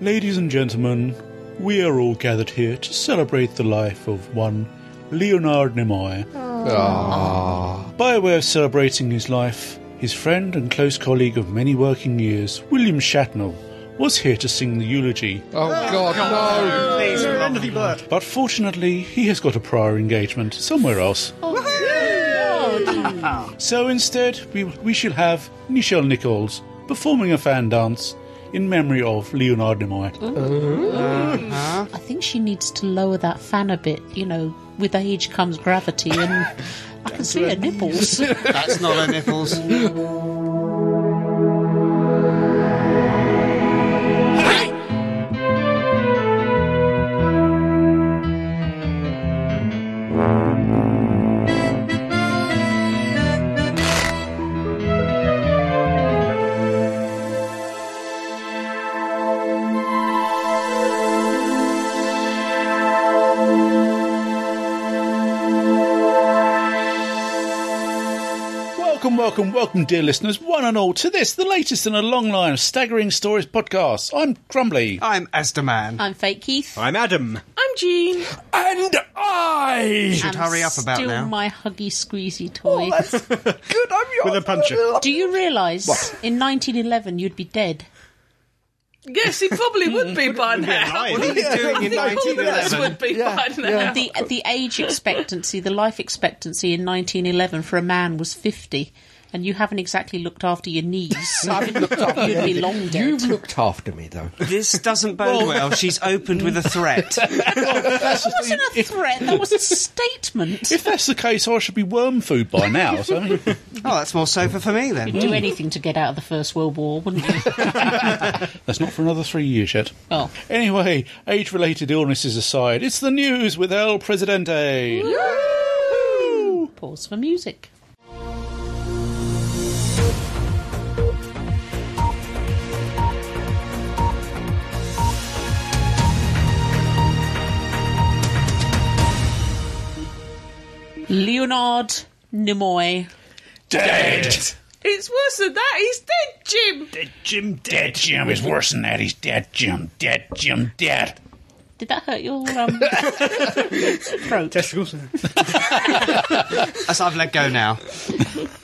Ladies and gentlemen, we are all gathered here to celebrate the life of one Leonard Nimoy. By way of celebrating his life, his friend and close colleague of many working years, William Shatnell, was here to sing the eulogy. Oh, God, no! Please, end of the bird. But fortunately, he has got a prior engagement somewhere else. so instead, we, we shall have Nichelle Nichols performing a fan dance in memory of Leonard Nimoy. I think she needs to lower that fan a bit. You know, with age comes gravity, and I can see her nipples. That's not her nipples. Welcome, welcome, welcome, dear listeners, one and all, to this, the latest in a long line of staggering stories podcasts. I'm Crumbly. I'm Asda Man. I'm fake Keith. I'm Adam. I'm Jean. And I! Should I'm hurry up about still now. Oh, my huggy squeezy toy. Good, I'm your... With a puncher. Do you realise in 1911 you'd be dead? Yes, he probably would be by now. alive. I What are you doing in think all of us 1911? would be by now. The Oh, the age expectancy, the life expectancy in 1911 for a man was 50, and you haven't exactly looked after your knees. So I've looked after you'd be long dead. You've looked after me, though. This doesn't bode well. She's opened with a threat. That wasn't a threat. That was a statement. If that's the case, I should be worm food by now. So I mean, Oh, that's more sofa for me then. Do anything to get out of the First World War, wouldn't you? that's not for another three years yet. Well, Anyway, age related illnesses aside, it's the news with El Presidente. pause for music. Leonard Nimoy. Dead! It's worse than that. He's dead, Jim. Dead Jim, dead Jim is worse than that. He's dead Jim, dead Jim, dead. Did that hurt your um, throat? Testicles. As I've let go now.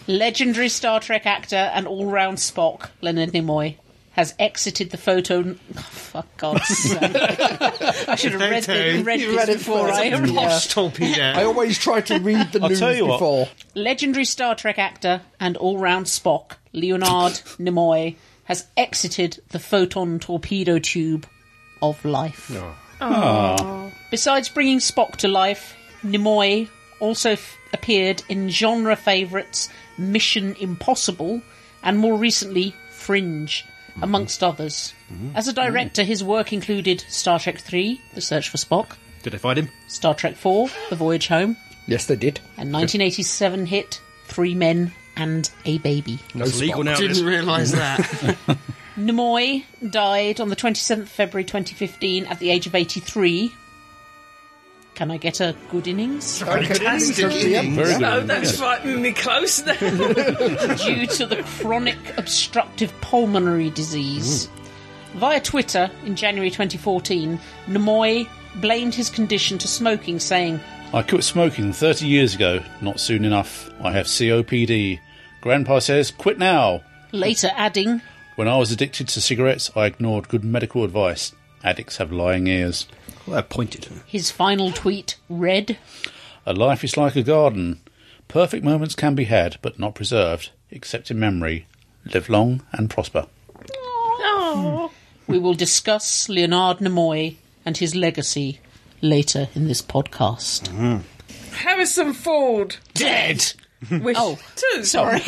Legendary Star Trek actor and all-round Spock, Leonard Nimoy, has exited the photo. Oh, for God's sake! I should have read, the, Photo. read You this read it before first. I Yeah. Posh I torpedo. always try to read the I'll news tell you what. before. Legendary Star Trek actor and all-round Spock, Leonard Nimoy, has exited the photon torpedo tube of life. Besides bringing Spock to life, Nimoy also f- appeared in genre favourites Mission Impossible and more recently Fringe, amongst others. As a director, his work included Star Trek III, The Search for Spock, Did I find him? Star Trek IV, The Voyage Home, Yes, they did. and 1987 hit Three Men and a Baby. No It's legal now. Didn't this. realise that. Nimoy died on the 27th of February 2015 at the age of 83. Can I get a good innings? Fantastic Very innings. good. Oh, that's frighteningly close now. due to the chronic obstructive pulmonary disease. Via Twitter in January 2014, Nimoy blamed his condition to smoking, saying, I quit smoking 30 years ago. Not soon enough. I have COPD. Grandpa says, quit now. later adding, When I was addicted to cigarettes, I ignored good medical advice. Addicts have lying ears. Well, I pointed. his final tweet read, A life is like a garden. Perfect moments can be had, but not preserved, except in memory. Live long and prosper. We will discuss Leonard Nimoy and his legacy later in this podcast. Harrison Ford. Dead! Wish Oh, two. Sorry.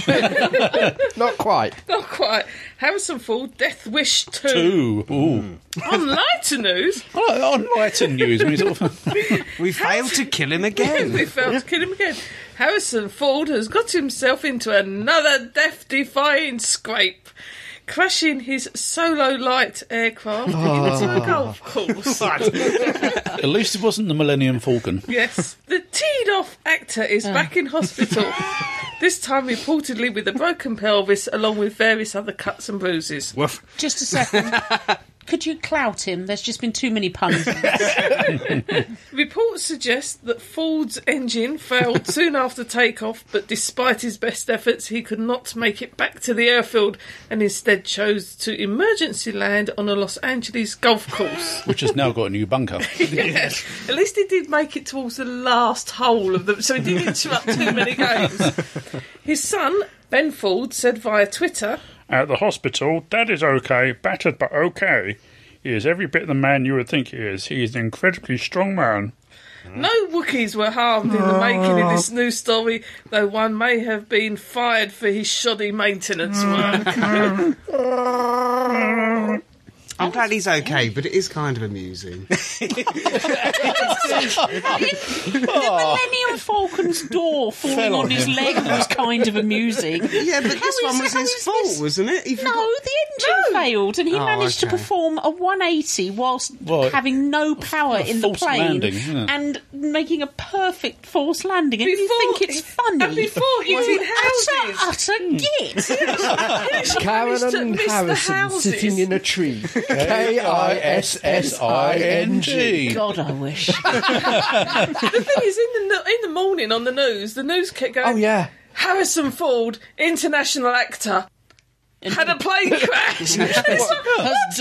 Not quite. Not quite. Harrison Ford, Death Wish 2. Ooh, ooh. On lighter news, Oh, on lighter news, I mean, sort of- We failed to kill him Oh. we again. failed to kill him again. Harrison Ford has got himself into another death defying scrape, crashing his solo light aircraft Oh. into a golf course. at least it wasn't the Millennium Falcon. Yes. The teed off actor is back in hospital, this time reportedly with a broken pelvis along with various other cuts and bruises. Woof. Just a second. could you clout him? There's just been too many puns. Reports suggest that Ford's engine failed soon after takeoff, but despite his best efforts, he could not make it back to the airfield and instead chose to emergency land on a Los Angeles golf course. which has now got a new bunker. Yes. At least he did make it towards the last hole of them, so he didn't interrupt too many games. His son, Ben Ford, said via Twitter, At the hospital, Dad is okay, battered but okay. He is every bit the man you would think he is. He is an incredibly strong man. No Wookiees were harmed in the making of this new story, though one may have been fired for his shoddy maintenance work. I'm glad he's okay, but it is kind of amusing. the Oh. Millennium Falcon's door falling on his leg was kind of amusing. yeah, but this is- one was how his is fault, this- wasn't it? He forgot- No, the engine failed, and he Oh, managed okay. to perform a 180 whilst Well, having no power in the false plane landing, yeah. and making a perfect force landing. And you Before- think it's funny? and before he was in utter, houses. utter git. Karen managed to and miss the Harrison houses. sitting in a tree. K I S S I N G. God, I wish. the thing is, in the in the morning on the news, the news kept going. Oh yeah. Harrison Ford, international actor, had a plane crash. It's like, Has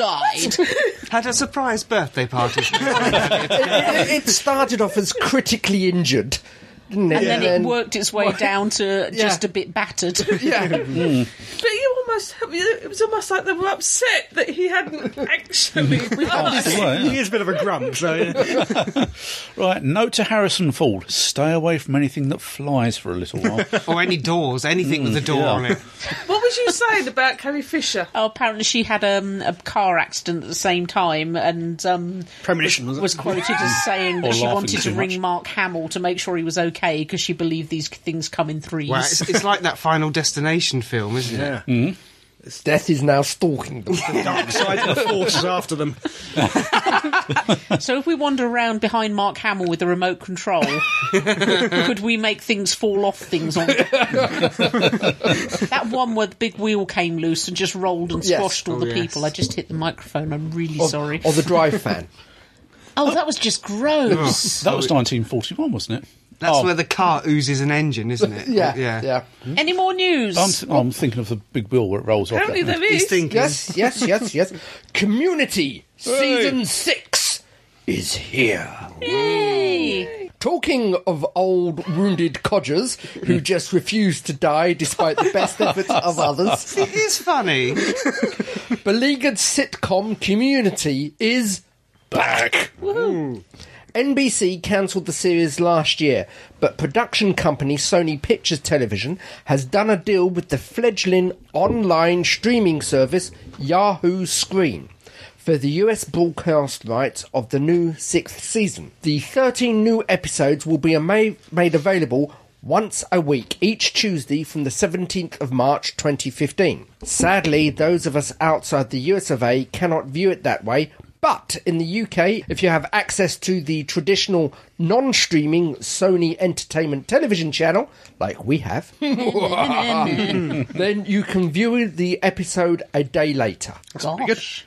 died. Had a surprise birthday party. It, it started off as critically injured, didn't it? And then it worked its way down to just a bit battered. Yeah. but you almost, it was almost like they were upset that he hadn't actually died. Right, is a bit of a grump, so right, note to Harrison Ford stay away from anything that flies for a little while. or any doors, anything Mm, with a door yeah. on it. What was you saying about Carrie Fisher? Oh, apparently she had um, a car accident at the same time and um, premonition was, was quoted as saying Or that she laughing wanted to too ring much. Mark Hamill to make sure he was okay because she believed these things come in threes. Well, it's, it's like that Final Destination film, isn't it? Yeah. Death is now stalking them. Dark side of the force is after them. So if we wander around behind Mark Hamill with the remote control, could we make things fall off things on that one where the big wheel came loose and just rolled and Yes. squashed all Oh, the yes. people? I just hit the microphone. I'm really Or- sorry. Or the drive fan. oh, that was just Oh. gross. That was 1941, wasn't it? That's Oh. where the car oozes an engine, isn't it? Yeah. yeah. Yeah. Hmm? Any more news? I'm, I'm thinking of the big wheel where it rolls off. Apparently that there He's is. thinking. Yes, yes, yes, yes. Community season six is here. Yay. Talking of old wounded codgers who just refuse to die despite the best efforts of others, It is funny. beleaguered sitcom Community is back. NBC cancelled the series last year, but production company Sony Pictures Television has done a deal with the fledgling online streaming service Yahoo Screen for the US broadcast rights of the new sixth season. The 13 new episodes will be ama- made available once a week each Tuesday from the 17th of March 2015. Sadly, those of us outside the US of A cannot view it that way, but in the UK, if you have access to the traditional non streaming Sony Entertainment Television channel, like we have, then you can view the episode a day later. Gosh.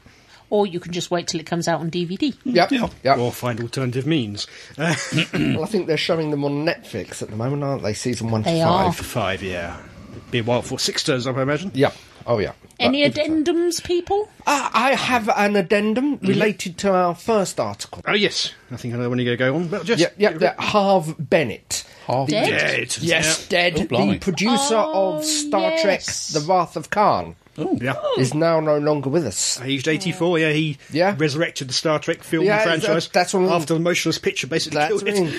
Or you can just wait till it comes out on DVD. Yep. Yeah. yep. Or find alternative means. Uh, Well, I think they're showing them on Netflix at the moment, aren't they? Season one They to are. five. five, yeah. Be a while for six turns, I imagine. Yep. Oh, yeah. Any But- addendums, people? Ah, I have an addendum Mm-hmm. related to our first article. Oh, yes. I think I know when you're going to go on. But just. Yep, yep, that Harve Bennett. Dead? Yeah, it turns Yes, dead. Oh, blimey. the producer Oh, of Star yes. Trek The Wrath of Khan Oh. out. Yeah. is now no longer with us. Aged 84, yeah, he Oh. Yeah. resurrected the Star Trek film Yeah, franchise that- that's what I'm- after the motionless picture basically That's killed what I it. mean.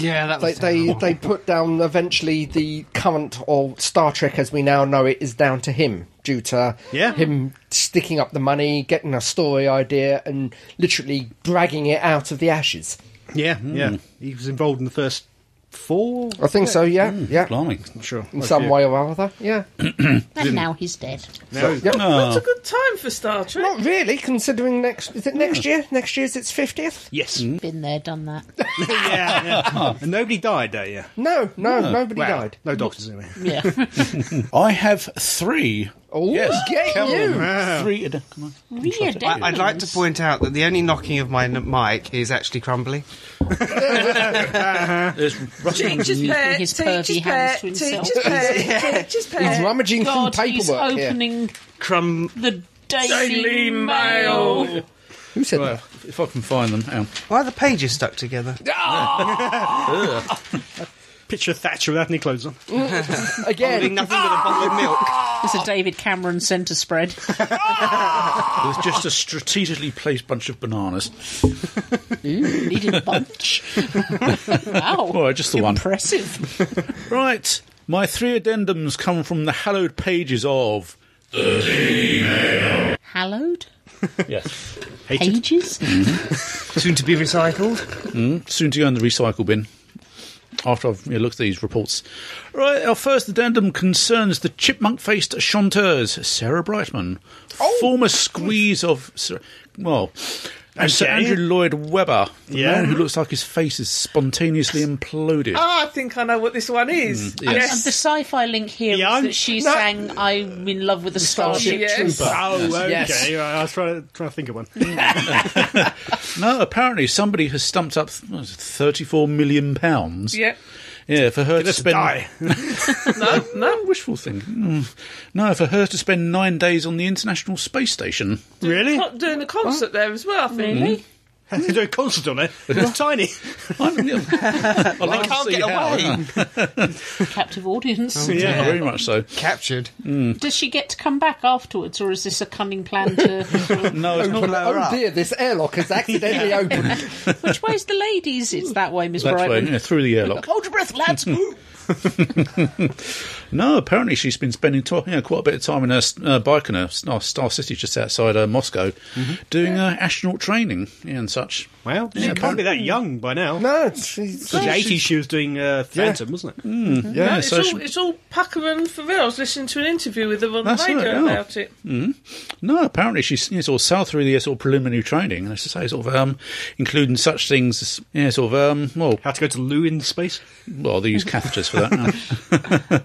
Yeah, that They, was. they, terrible. they put down eventually the current or Star Trek as we now know it is down to him due to Yeah. him sticking up the money, getting a story idea, and literally dragging it out of the ashes. Yeah, yeah. He was involved in the first four. Hmm. I think so. Yeah, yeah. Blimey. I'm sure. In some way or other. Yeah. And now he's dead. No. Um, Not a good time for Star Trek. Not really. Considering next is it next year? Next year's its fiftieth. Yes. Been there, done that. yeah, yeah. And nobody died that year. No, no, nobody Well, died. No doctors anyway. Yeah. I have three Oh, get Come you! on. Three. uh, Come on. Weird. I- eh? I, I'd like to point out that the only knocking of my n- mic is actually crumbly. There's rustling. Teacher's pet, his teacher's pervy hands pet, to himself. teacher's pet, teacher's He's pet. rummaging Uh, God, through he's paperwork here. opening Crumb. the Daily, Daily Mail. Who said Right, if I can find them. Hang on. Why are the pages stuck together? Picture Thatcher without any clothes on. that? Again, Doing nothing but a Ah! bottle of milk. It's a David Cameron centre spread. There's just a strategically placed bunch of bananas. Needed a bunch. Oh, wow. All right, just the one. Impressive. Right. My three addendums come from the hallowed pages of. Hallowed? Yes. Pages? Soon to be recycled. Soon to go in the recycle bin. After I've you know, looked at these reports. Right, our first addendum concerns the chipmunk faced chanteuse, Sarah Brightman, Oh, former squeeze of. Sir- Well. And Sir Okay. Andrew Lloyd Webber, the Yeah. man who looks like his face is spontaneously imploded. Ah, I think I know what this one is. Mm, yes. And Yes. the sci-fi link here is Yeah, I'm- that she no. sang "I'm in love with a starship." Yes. Oh, okay. Yes. Right, I was trying to, trying to think of one. No, apparently somebody has stumped up what is it, thirty-four million pounds. Yeah. Yeah, for her to Let's spend. die. No, no. Oh, wishful thinking. Mm. No, for her to spend nine days on the International Space Station. Really? Not doing a concert there as well, I think. Mm-hmm. Really? They're doing a concert on it. It's tiny. I'm, yeah, I like can't to see get how. away. Yeah, Captive audience. Yeah. very much so. Captured. Does she get to come back afterwards, or is this a cunning plan to? No, it's not. Blow her oh up. dear, this airlock has accidentally opened. Which way's the ladies? It's that way, Miss That's way, Brightman. yeah, through the airlock. Hold your breath, lads. No, apparently she's been spending to, you know, quite a bit of time in her uh, Baikonur, Star, Star City, just outside uh, Moscow, doing uh, astronaut training yeah, and such. Well, Yeah, she can't be that young by now. No, Mm. it's, it's, In the 80s, she was doing uh, Phantom, wasn't it? Yeah, It's so all, she- it's all pucker and Favell. I was listening to an interview with them on That's the radio right, yeah. about it. No, apparently she's you know, sort of south through the uh, sort of preliminary training, and as I say, sort of um, including such things as you know, sort of um, well, How to go to Lou in space. well, they use catheters for that. Now.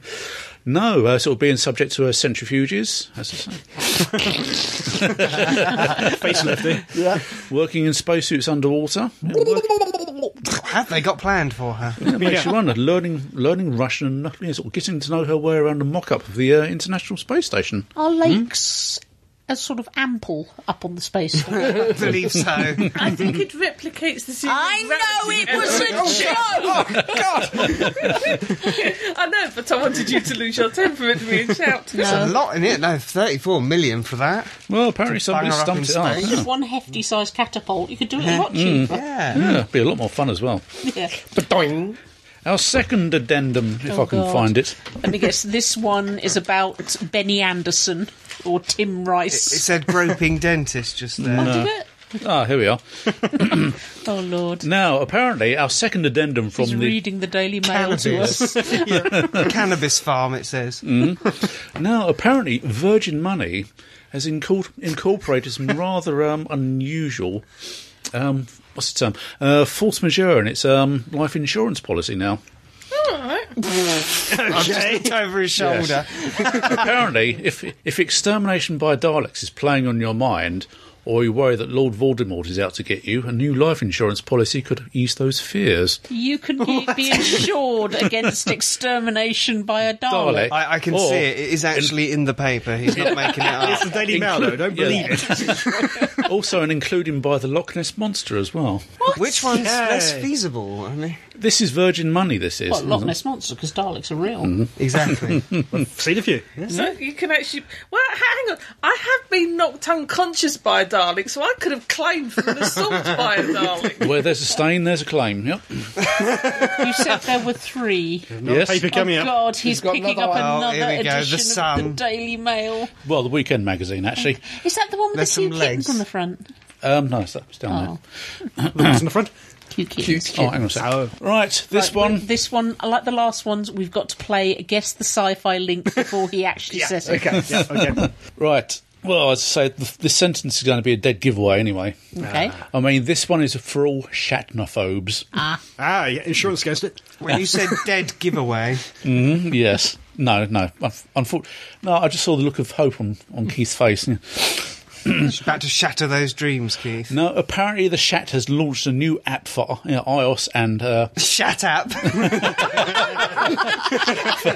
no, uh, sort of being subject to her centrifuges, as I say, eh? Facelifting. working in spacesuits underwater. It work- What have they got planned for her? it makes you wonder. Learning, learning Russian, and you know, sort of getting to know her way around a mock-up of the uh, International Space Station. Are lakes as sort of ample up on the space? I believe so. I think it replicates the scene. joke. I know, but I wanted you to lose your temper with me and shout. It's a lot in it. No, 34 million for that. Well, apparently bang somebody her up stumped it in up. space. Yeah. Just one hefty sized catapult. You could do it Hmm. a lot cheaper. Yeah. Yeah, it'd be a lot more fun as well. Yeah. doing. Our second addendum, if Oh, I can God. find it. Let me guess. This one is about Benny Anderson or Tim Rice. It said groping dentist just there. Oh, did it? Ah, here we are. Oh Lord. Now, apparently, our second addendum from He's the reading the Daily Mail to Cannabis. us. Cannabis farm, it says. now apparently Virgin Money has incor- incorporated some rather um, unusual um, what's the term uh, force majeure in its um, life insurance policy now. I've just looked over his shoulder. apparently, if if extermination by Daleks is playing on your mind, or you worry that Lord Voldemort is out to get you, a new life insurance policy could ease those fears. You can be, be insured against extermination by a Dalek. Dalek. I, I can Or- see it. It is actually in the paper. He's not making it It's up. the Daily Mail, though. Don't Yeah. believe it. also, an including by the Loch Ness monster as well. Which one's Yay. less feasible? I mean, This is Virgin Money. This is Well, Loch Ness monster, because Daleks are real. Mm-hmm. exactly. Seen a few. Yeah. So you can actually. Well, hang on. I have been knocked unconscious by a Dalek, so I could have claimed for an assault by a Dalek. Where there's a stain, there's a claim. Yep. You said there were three. Yes. yes. Paper coming oh up. God, he's, got picking another up one. Oh, another here we go, the edition of the Sun. Daily Mail. Well, the Weekend magazine, actually. Is that the one with There's the some two kittens legs. on the front? Um, no, it's that's down Oh, It's in the front. cute kittens. there. Oh, hang on a sec. Right, this Right, one. This one, like the last ones, we've got to play guess the sci-fi link before he actually says it. Okay. Yeah, okay. Right. Well, as I say, th- this sentence is going to be a dead giveaway anyway. Okay. I mean, this one is for all Shatnophobes. Ah. ah, yeah, insurance against it. Mm-hmm. When you said dead giveaway, Yes. No, no. Unfortunately, no. I just saw the look of hope on, on Keith's face. About to shatter those dreams, Keith. No, apparently the Shat has launched a new app for you know, iOS and uh, Shut up. for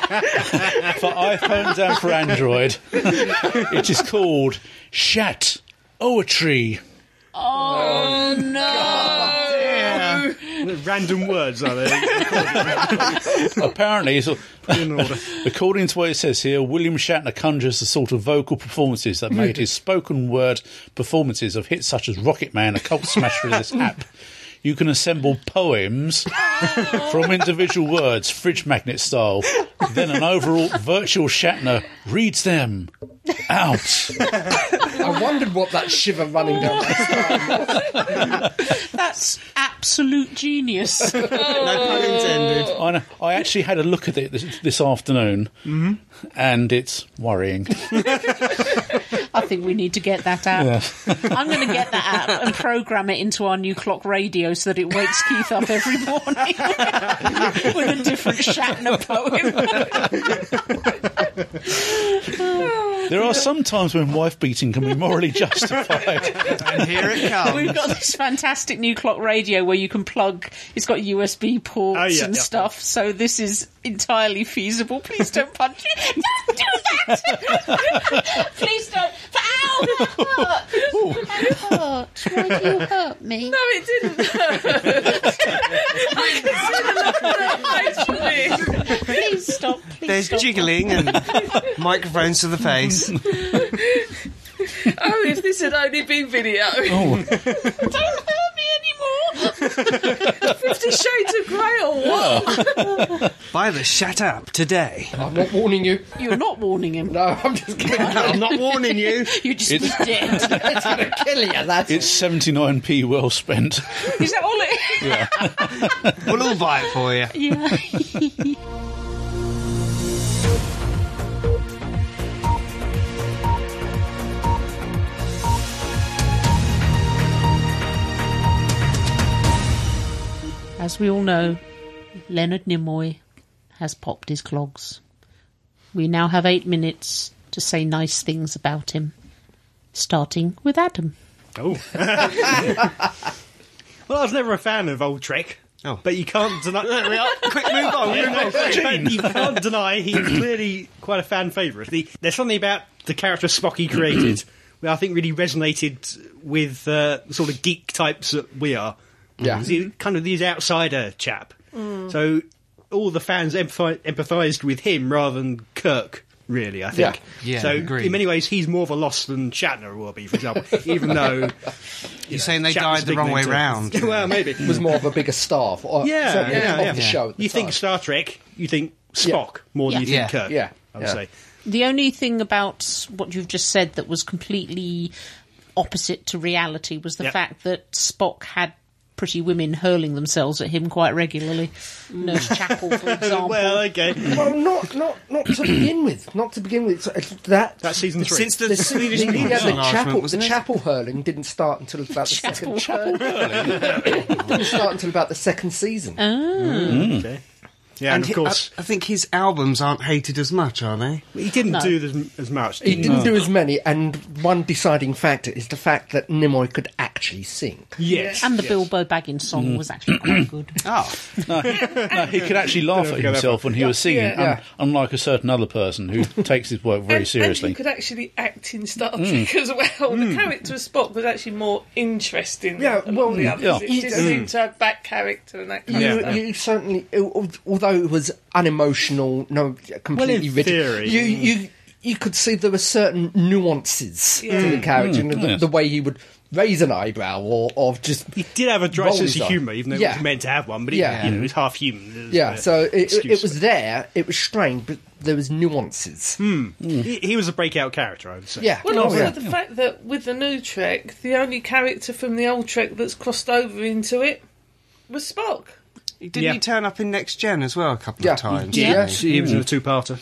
iPhones and for Android. it is called Shat Oetry. Oh, no. Random words are there? Apparently, it's, In order. according to what it says here, William Shatner conjures the sort of vocal performances that made his spoken word performances of hits such as Rocket Man a cult smasher in this app. You can assemble poems from individual words, fridge magnet style. Then an overall virtual Shatner reads them out. I wondered what that shiver running down my That's absolute genius. no pun intended. I, know, I actually had a look at it this, this afternoon, Mm-hmm. and it's worrying. I think we need to get that app. I'm going to get that app and program it into our new clock radio so that it wakes Keith up every morning with a different Shatner poem. There are some times when wife beating can be morally justified. And here it We've comes. got this fantastic new clock radio where you can plug. It's got USB ports Oh, yeah, and yeah. stuff, so this is entirely feasible. Please don't punch it. Don't do that. Please don't. Ow! That hurt. That hurt. Why do you hurt me? No, it didn't. I can see the look on her face, really. Please stop. Please There's stop. jiggling and microphones to the face. Oh, if this had only been video. Oh. Don't hurt me anymore. Fifty Shades of Grey or Oh, what? Buy the Shut Up today. I'm not warning you. You're not warning him. No, I'm just kidding. I'm not warning you. You just It's- dead. It's going to kill you. That's It's 79p well spent. Is that all it? We'll all buy it for you. Yeah. As we all know, Leonard Nimoy has popped his clogs. We now have eight minutes to say nice things about him, starting with Adam. Oh. well, I was never a fan of old Trek. Oh. But you can't deny. Quick, move on. Move on. But you can't deny he's clearly quite a fan favourite. The, there's something about the character Spock he created that I think really resonated with uh, the sort of geek types that we are. Yeah. He's the- kind of these outsider chap. So all the fans empathised empathised with him rather than Kirk. Really, I think. Yeah. Yeah, so agreed. in many ways, he's more of a loss than Shatner will be, for example. even though You're saying they died Shatner's the big wrong way mentor. round. well, maybe it was more of a bigger star. For, uh, Yeah, certainly yeah, of yeah. the show. at the you think time. Star Trek, you think Spock more than you Yeah. think Kirk. Yeah. I would Yeah. say. The only thing about what you've just said that was completely opposite to reality was the Yep. fact that Spock had pretty women hurling themselves at him quite regularly. Nurse Mm. Chapel, for example. Well, okay. Well, not not not to begin with. Not to begin with. So it's that That's season three. Since the, the, Swedish the- yeah, the Prison argument, chapel the wasn't it? chapel hurling didn't start until about the second chapel didn't start until about the second season. Oh. okay. Hmm. Yeah, And and, of he- course, I, I think his albums aren't hated as much, are they? he didn't No. do this as much. uh, He did didn't do as many, and one deciding factor is the fact that Nimoy could actually sing. Yes. Mm. and the Bilbo Baggins song was actually quite good. Oh, No, he could actually laugh Don't at forget that himself when he was singing, yeah, yeah. un- unlike a certain other person who takes his work very And- And seriously. Hmm. you could actually act in Star Trek as well. The character of Spock was actually more interesting. Hmm. Yeah, Hmm. than well, the others. yeah. It just seemed to have that character and that kind You, of stuff. you certainly, al- although it was unemotional, no, completely in rigid. theory. You, you, you could see there were certain nuances to the character, and the, Mm. yes. the way he would raise an eyebrow, or, or just He did have a dry Roll sense his of eye. humour, even though Yeah. he was meant to have one. But he, Yeah. you know, he's half human. There's yeah. no So it, it, excuse it was for there. It was strange, but there was nuances. Hmm. He, he was a breakout character, I would say. Yeah. Well, Oh, also yeah. the fact that with the new Trek, the only character from the old Trek that's crossed over into it was Spock. didn't Yeah. he turn up in Next Gen as well a couple Yeah. of times? Yeah. didn't he? He was in a two-parter.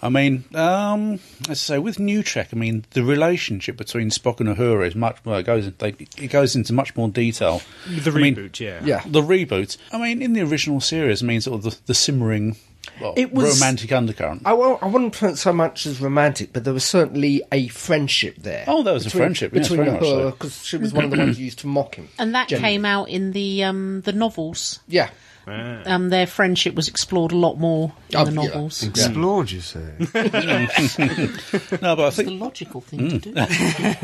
I mean, um, as I say, with New Trek, I mean the relationship between Spock and Uhura is much well, it goes they, it goes into much more detail. The I mean, reboot, yeah. Yeah. the reboot. I mean, in the original series, I mean, sort of the, the simmering Well, It was- romantic undercurrent. I, won't, I wouldn't put it so much as romantic, but there was certainly a friendship there. Oh, there was a friendship, yes, between very much so. her because she was one of the ones used to mock him. And that generally. came out in the um, the novels. Yeah, Um, their friendship was explored a lot more in Oh, the yeah. novels. Explored, you say? No, but I The think logical thing Mm. to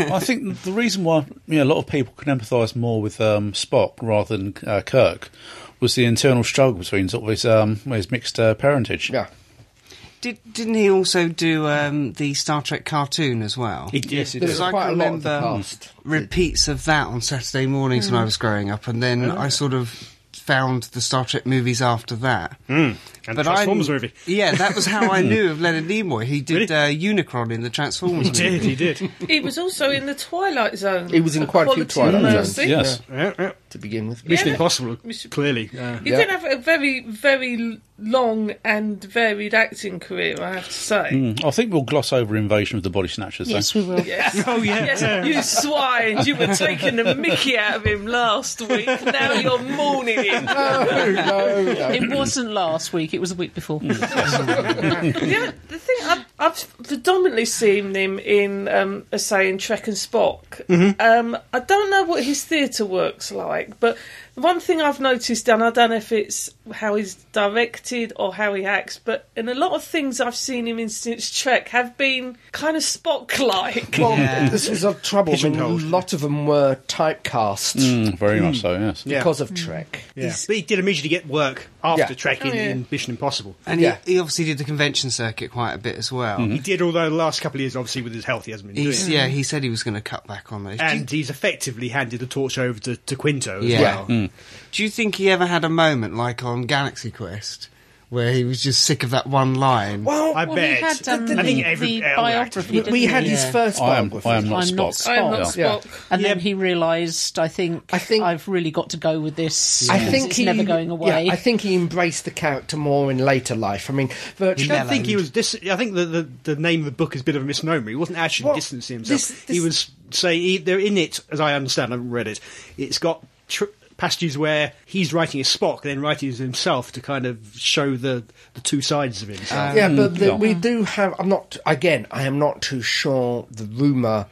do. I think the reason why you know, a lot of people can empathise more with um, Spock rather than uh, Kirk was the internal struggle between sort of his um, his mixed uh, parentage. yeah. Did, didn't he also do um, the Star Trek cartoon as well? yes, it There's I quite a can lot of the remember past. repeats of that on Saturday mornings when I was growing up, and Oh, then I sort of found the Star Trek movies after that. And the Hmm. Transformers I, movie. Hmm. Yeah, that was how I knew of Leonard Nimoy. He did uh, Unicron in the Transformers He did, movie. he did. He was also in the Twilight Zone. He was in A quite a few Quality Twilight of Zones, Mercy. Yes. Yeah, yeah. to begin with. Mission Yeah. Impossible, Mission- Uh, clearly. Yeah. He Yeah. did have a very, very long and varied acting career, I have to say. Mm, I think we'll gloss over Invasion of the Body Snatchers. though. yes, we will. Yes. Oh, yeah. Yes, yeah. you swines, you were taking the mickey out of him last week. Now you're mourning him. It wasn't last week, it was the week before. Mm, Yeah, the thing I've, I've predominantly seen him in, um, uh, say, in Trek and Spock. Um, I don't know what his theatre works like, but the one thing I've noticed, and I don't know if it's how he's directed or how he acts, but in a lot of things I've seen him in since Trek have been kind of Spock-like. Well, this was a trouble. I mean, a Pigeonholed. lot of them were typecast Mm, very much so. Yes. Yeah. Mm. because of Trek. Yeah. But he did immediately get work after Yeah. trekking Oh, yeah. in Mission Impossible. And Yeah. he, he obviously did the convention circuit quite a bit as well. He did, although the last couple of years, obviously, with his health, he hasn't been doing He's, it. yeah, he said he was going to cut back on those. Do you- And he's effectively handed the torch over to, to Quinto as Yeah. Mm. well. Do you think he ever had a moment like on Galaxy Quest where he was just sick of that one line? Well, I Well, he bet. had um, I think every uh, the all actors- biography. we, Didn't we he? had his Yeah. first I am. biography. I am not I'm not Spock. Spock. I'm not Yeah. Spock. And then Yeah. he realised, I think, I I think- think I've really got to go with this. I 'cause think it's he, never going away. Yeah, I think he embraced the character more in later life. I mean, I virtually don't think he was. Dis- I think the, the the name of the book is a bit of a misnomer. He wasn't actually Well, distancing himself. this- this- He was saying he, they're in it, as I understand. I haven't read it. It's got tr- passages where he's writing as Spock, and then writing as himself to kind of show the the two sides of himself. Yeah, but the, yeah. we do have. I'm not. Again, I am not too sure. The rumor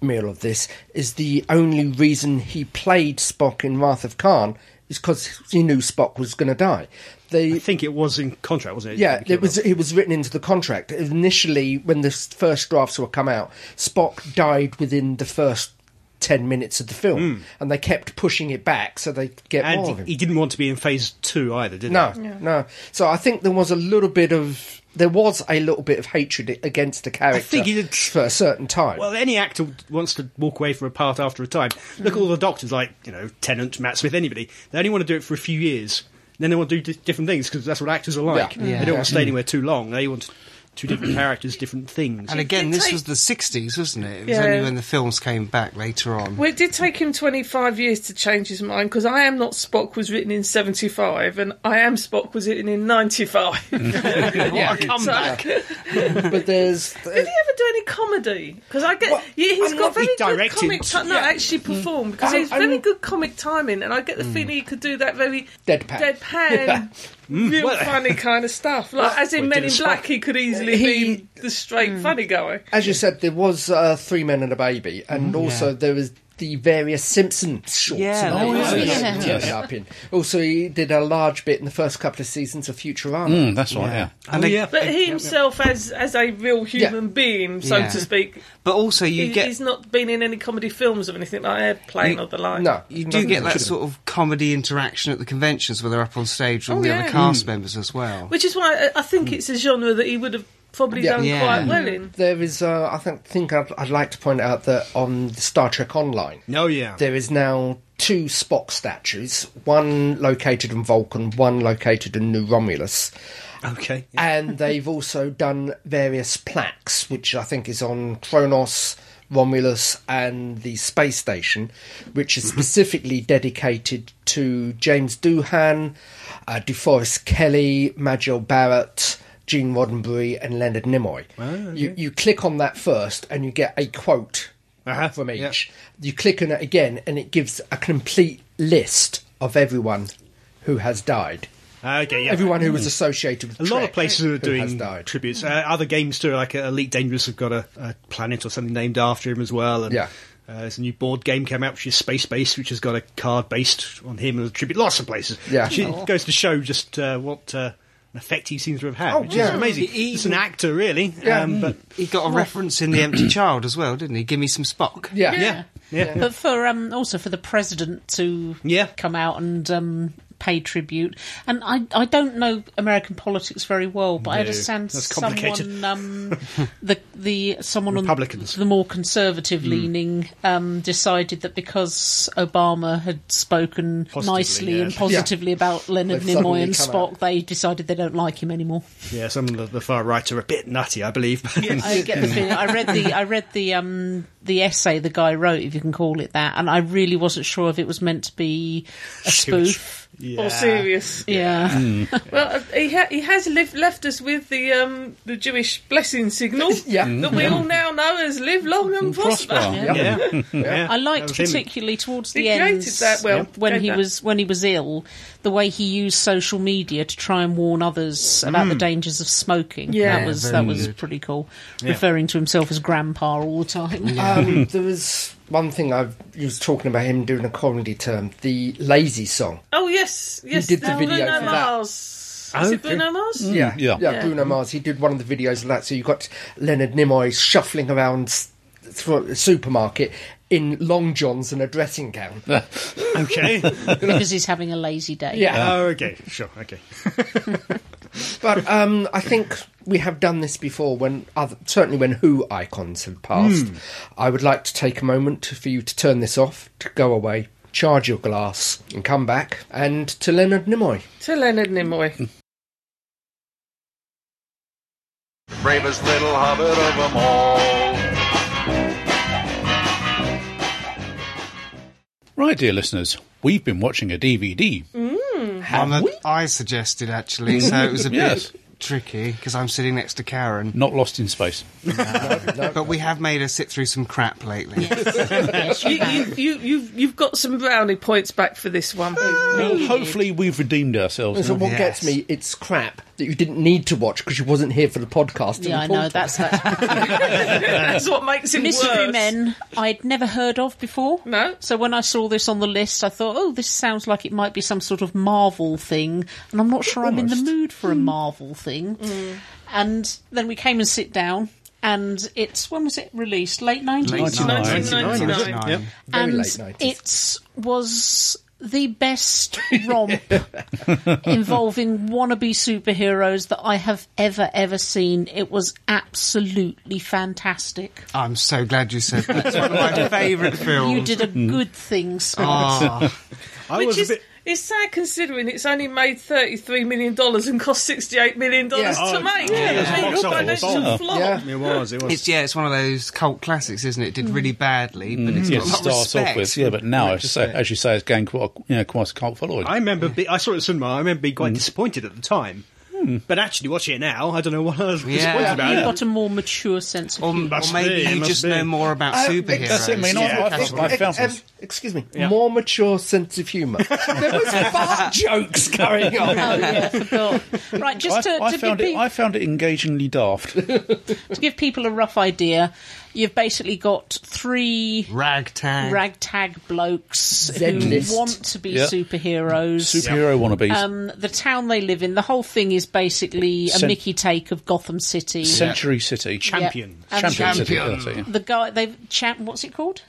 meal of this is the only reason he played Spock in Wrath of Khan is because he knew Spock was going to die. They I think it was in contract, wasn't it? yeah, Became it was it was written into the contract. Initially, when the s- first drafts were come out, Spock died within the first ten minutes of the film, and they kept pushing it back so they could get more of him. Hmm. And he didn't want to be in Phase Two either, did No, he? no. So I think there was a little bit of there was a little bit of hatred i- against the character think he did- for a certain time. Well, any actor wants to walk away from a part after a time. Look at all the doctors, like, you know, Tennant, Matt Smith, anybody. They only want to do it for a few years. Then they want to do di- different things because that's what actors are like. Yeah. Mm. Yeah. They don't want to stay anywhere too long. They want two different characters, different things. and again, this take- was the 60s, wasn't it? It was Yeah. only when the films came back later on. Well, it did take him 25 years to change his mind because I Am Not Spock was written in 75 and I Am Spock was written in 95. Yeah. what a comeback. but there's Did he ever do any comedy? Because I get Well, yeah, he's I'm got not- very he good directed. comic. Ti- no, Yeah. actually performed because I- he's I'm- very good comic timing, and I get the feeling he could do that very Deadpan. Yeah. deadpan, real well- funny kind of stuff. Like as in Well, Men did in a Black, he could easily He- be the straight funny guy. as you said, there was uh, three men and a baby, and also there was the various Simpson shorts. Yeah, and oh, things yeah. that he Yeah. ended up in. Also, he did a large bit in the first couple of seasons of Futurama. Mm, that's right. Yeah. Oh, And ag- yeah. But he himself, as as a real human being, so Yeah. to speak, But also, you he, get he's not been in any comedy films or anything like Airplane or the like. No, Mm. you do nothing get that should've sort of comedy interaction at the conventions where they're up on stage with all Oh, the yeah. other cast members as well. which is why I, I think it's a genre that he would have probably Yeah. done Yeah. quite well in. There is, uh, I think, think I'd, I'd like to point out that on the Star Trek Online, No, Oh, yeah. there is now two Spock statues, one located in Vulcan, one located in New Romulus. Okay. And they've also done various plaques, which I think is on Kronos, Romulus, and the space station, which is Mm-hmm. specifically dedicated to James Doohan, uh, DeForest Kelly, Majel Barrett. Gene Roddenberry and Leonard Nimoy. Ah, you, you click on that first and you get a quote Uh-huh, from yeah. each. You click on it again and it gives a complete list of everyone who has died. Okay, yeah. Everyone who was associated with a lot of Trek places are who has doing died. tributes. Uh, other games too, like uh, Elite Dangerous, have got a, a planet or something named after him as well. And, Yeah. uh, there's a new board game came out, which is Space Base, which has got a card based on him and a tribute. Lots of places. Yeah. which it goes to show just uh, what uh, an effect he seems to have had. Oh, which yeah. is amazing. The evil- He's an actor, really. Yeah. Mm. Um, but He got a reference in The Empty Child as well, didn't he? Give me some Spock. Yeah. yeah, yeah. But for um, also for the president to Yeah. come out and um, pay tribute, and I I don't know American politics very well, but I No, understand that's complicated. someone um, the the someone Republicans. Hmm. on the more conservative leaning um, decided that because Obama had spoken Positively, nicely yeah. and positively about Leonard They've Nimoy suddenly and come Spock, out. they decided they don't like him anymore. Yeah, some of the, the far right are a bit nutty, I believe. I get the feeling. I read the I read the um the essay the guy wrote, if you can call it that, and I really wasn't sure if it was meant to be a Serious. spoof. yeah. Or serious. Yeah, Well, uh, he ha- he has live- left us with the um the Jewish blessing signal Yeah. that we all now know as live long and prosper. Yeah. Yeah. Yeah. I That liked was him. particularly towards the He end created that well, when gave he that- was when he was ill, the way he used social media to try and warn others about the dangers of smoking. Yeah. that was Yeah, that very was good. pretty cool. Referring to himself as grandpa all the time. Um, there was one thing I was talking about him doing a comedy term, the lazy song. Oh yes, yes. did the video Bruno for that. Mars. Oh, Is okay. it Bruno Mars? Yeah, Oh. yeah. yeah. Bruno Mars. He did one of the videos of that. So you got Leonard Nimoy shuffling around s- through a supermarket in long johns and a dressing gown. Okay. because he's having a lazy day. Yeah, oh, okay. Sure. Okay. but um, I think we have done this before when other, certainly when Who icons have passed. I would like to take a moment for you to turn this off, to go away, charge your glass, and come back. And to Leonard Nimoy. To Leonard Nimoy. bravest little hobbit of them all. Right, dear listeners, we've been watching a DVD. Mm. One that I suggested, actually, so it was a bit Yes. tricky because I'm sitting next to Karen. Not Lost in Space. But we have made her sit through some crap lately. Yes, you You, have. you, you, you've, you've got some brownie points back for this one. Well, hopefully, we've redeemed ourselves. So now. what Yes. gets me? It's crap that you didn't need to watch because you wasn't here for the podcast. and Yeah, I know. reported. That's that's That's what makes it Mystery worse. Men I'd never heard of before. No. So when I saw this on the list, I thought, oh, this sounds like it might be some sort of Marvel thing, and I'm not sure I'm in the mood for a Marvel thing. And then we came and sit down, and it's when was it released? Late 90s? Late 1999. 1999. Yep. Very and late 90s. it was the best romp involving wannabe superheroes that I have ever ever seen. It was absolutely fantastic. I'm so glad you said that. It's one of my favourite films. You did a good thing, Scott. Ah, I Which was a is bit. it's sad considering it's only made $33 million and cost $68 million Yeah. to make. Oh, yeah, It's yeah. been Box a office. financial Yeah. flop. Yeah. It was. It was. it's yeah, it's one of those cult classics, isn't it? It did Mm. really badly, but it's Yeah, got to a lot start of Mm. off respect. with, yeah, but now, as you say, as you say, it's gained quite, a- you know, quite a cult following. I remember. Be, I saw it at the cinema. I remember being quite disappointed at the time. But actually, watching it now, I don't know what I was Yeah. disappointed about. You've got a more mature sense of Oh, Or, or humour. Must maybe be, you must just be. know more about Uh, superheroes. that's it, I mean, I- Yeah, I- that's I right. found Ev- this. excuse me, more mature sense of humour. there was fart jokes going on. Oh, yeah, I forgot. Right, I, just to, I to, give found it. people, I found it engagingly daft. to give people a rough idea, you've basically got three Ragtag. ragtag blokes Z-list. who want to be Yeah. superheroes. Superhero wannabes. Um, the town they live in, the whole thing is basically a Cent- Mickey take of Gotham City. Century City. Champion. Yeah. And Champion, City. Champion. that's it, yeah. The guy they've champ. What's it called?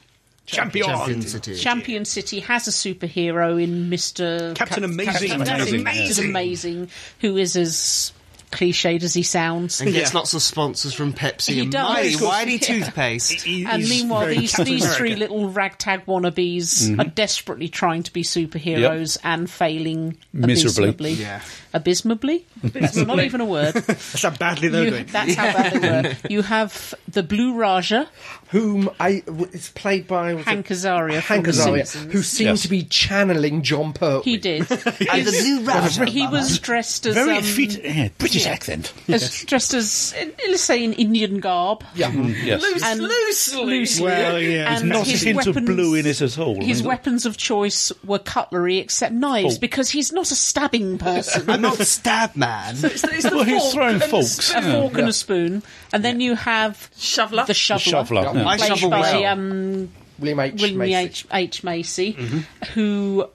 Champion. Champion City. Champion City has a superhero in Mister Captain Amazing. Captain Amazing. Amazing. Amazing, who is as cliched as he sounds. and gets Yeah. lots of sponsors from Pepsi He and does. Mighty Of course. Whitey toothpaste. He- And he's meanwhile, very these, Captain these three America. little ragtag wannabes are desperately trying to be superheroes and failing Miserably. abysmably. Yeah. Abysmably? That's not even a word. That's how badly they're You- doing. that's how bad they were. You have the Blue Raja, Whom I w- it's played by was it- Hank Azaria. Hank from The Azaria, Simpsons. who seemed Yes. to be channeling John Pertwee. He did. and the Blue Raja. he was dressed as Very um, fit, yeah, British British accent. As, dressed as, uh, let's say, in Indian garb. Mm, Yes. Loose, And- loosely. Loosely. Well, yeah. and Not a his hint of weapons- blue in it at all. His I mean, weapons of choice were cutlery, except knives, Oh. because he's not a stabbing person. I'm not Stab Man. It's, it's the Well, he's fork throwing and the forks. spoon. Yeah. fork and a spoon, and then you have Shoveler. the shoveler, shoveler. yeah. I played shovel by well. um, William H. William E. Macy. H. H. Macy, Mm-hmm. who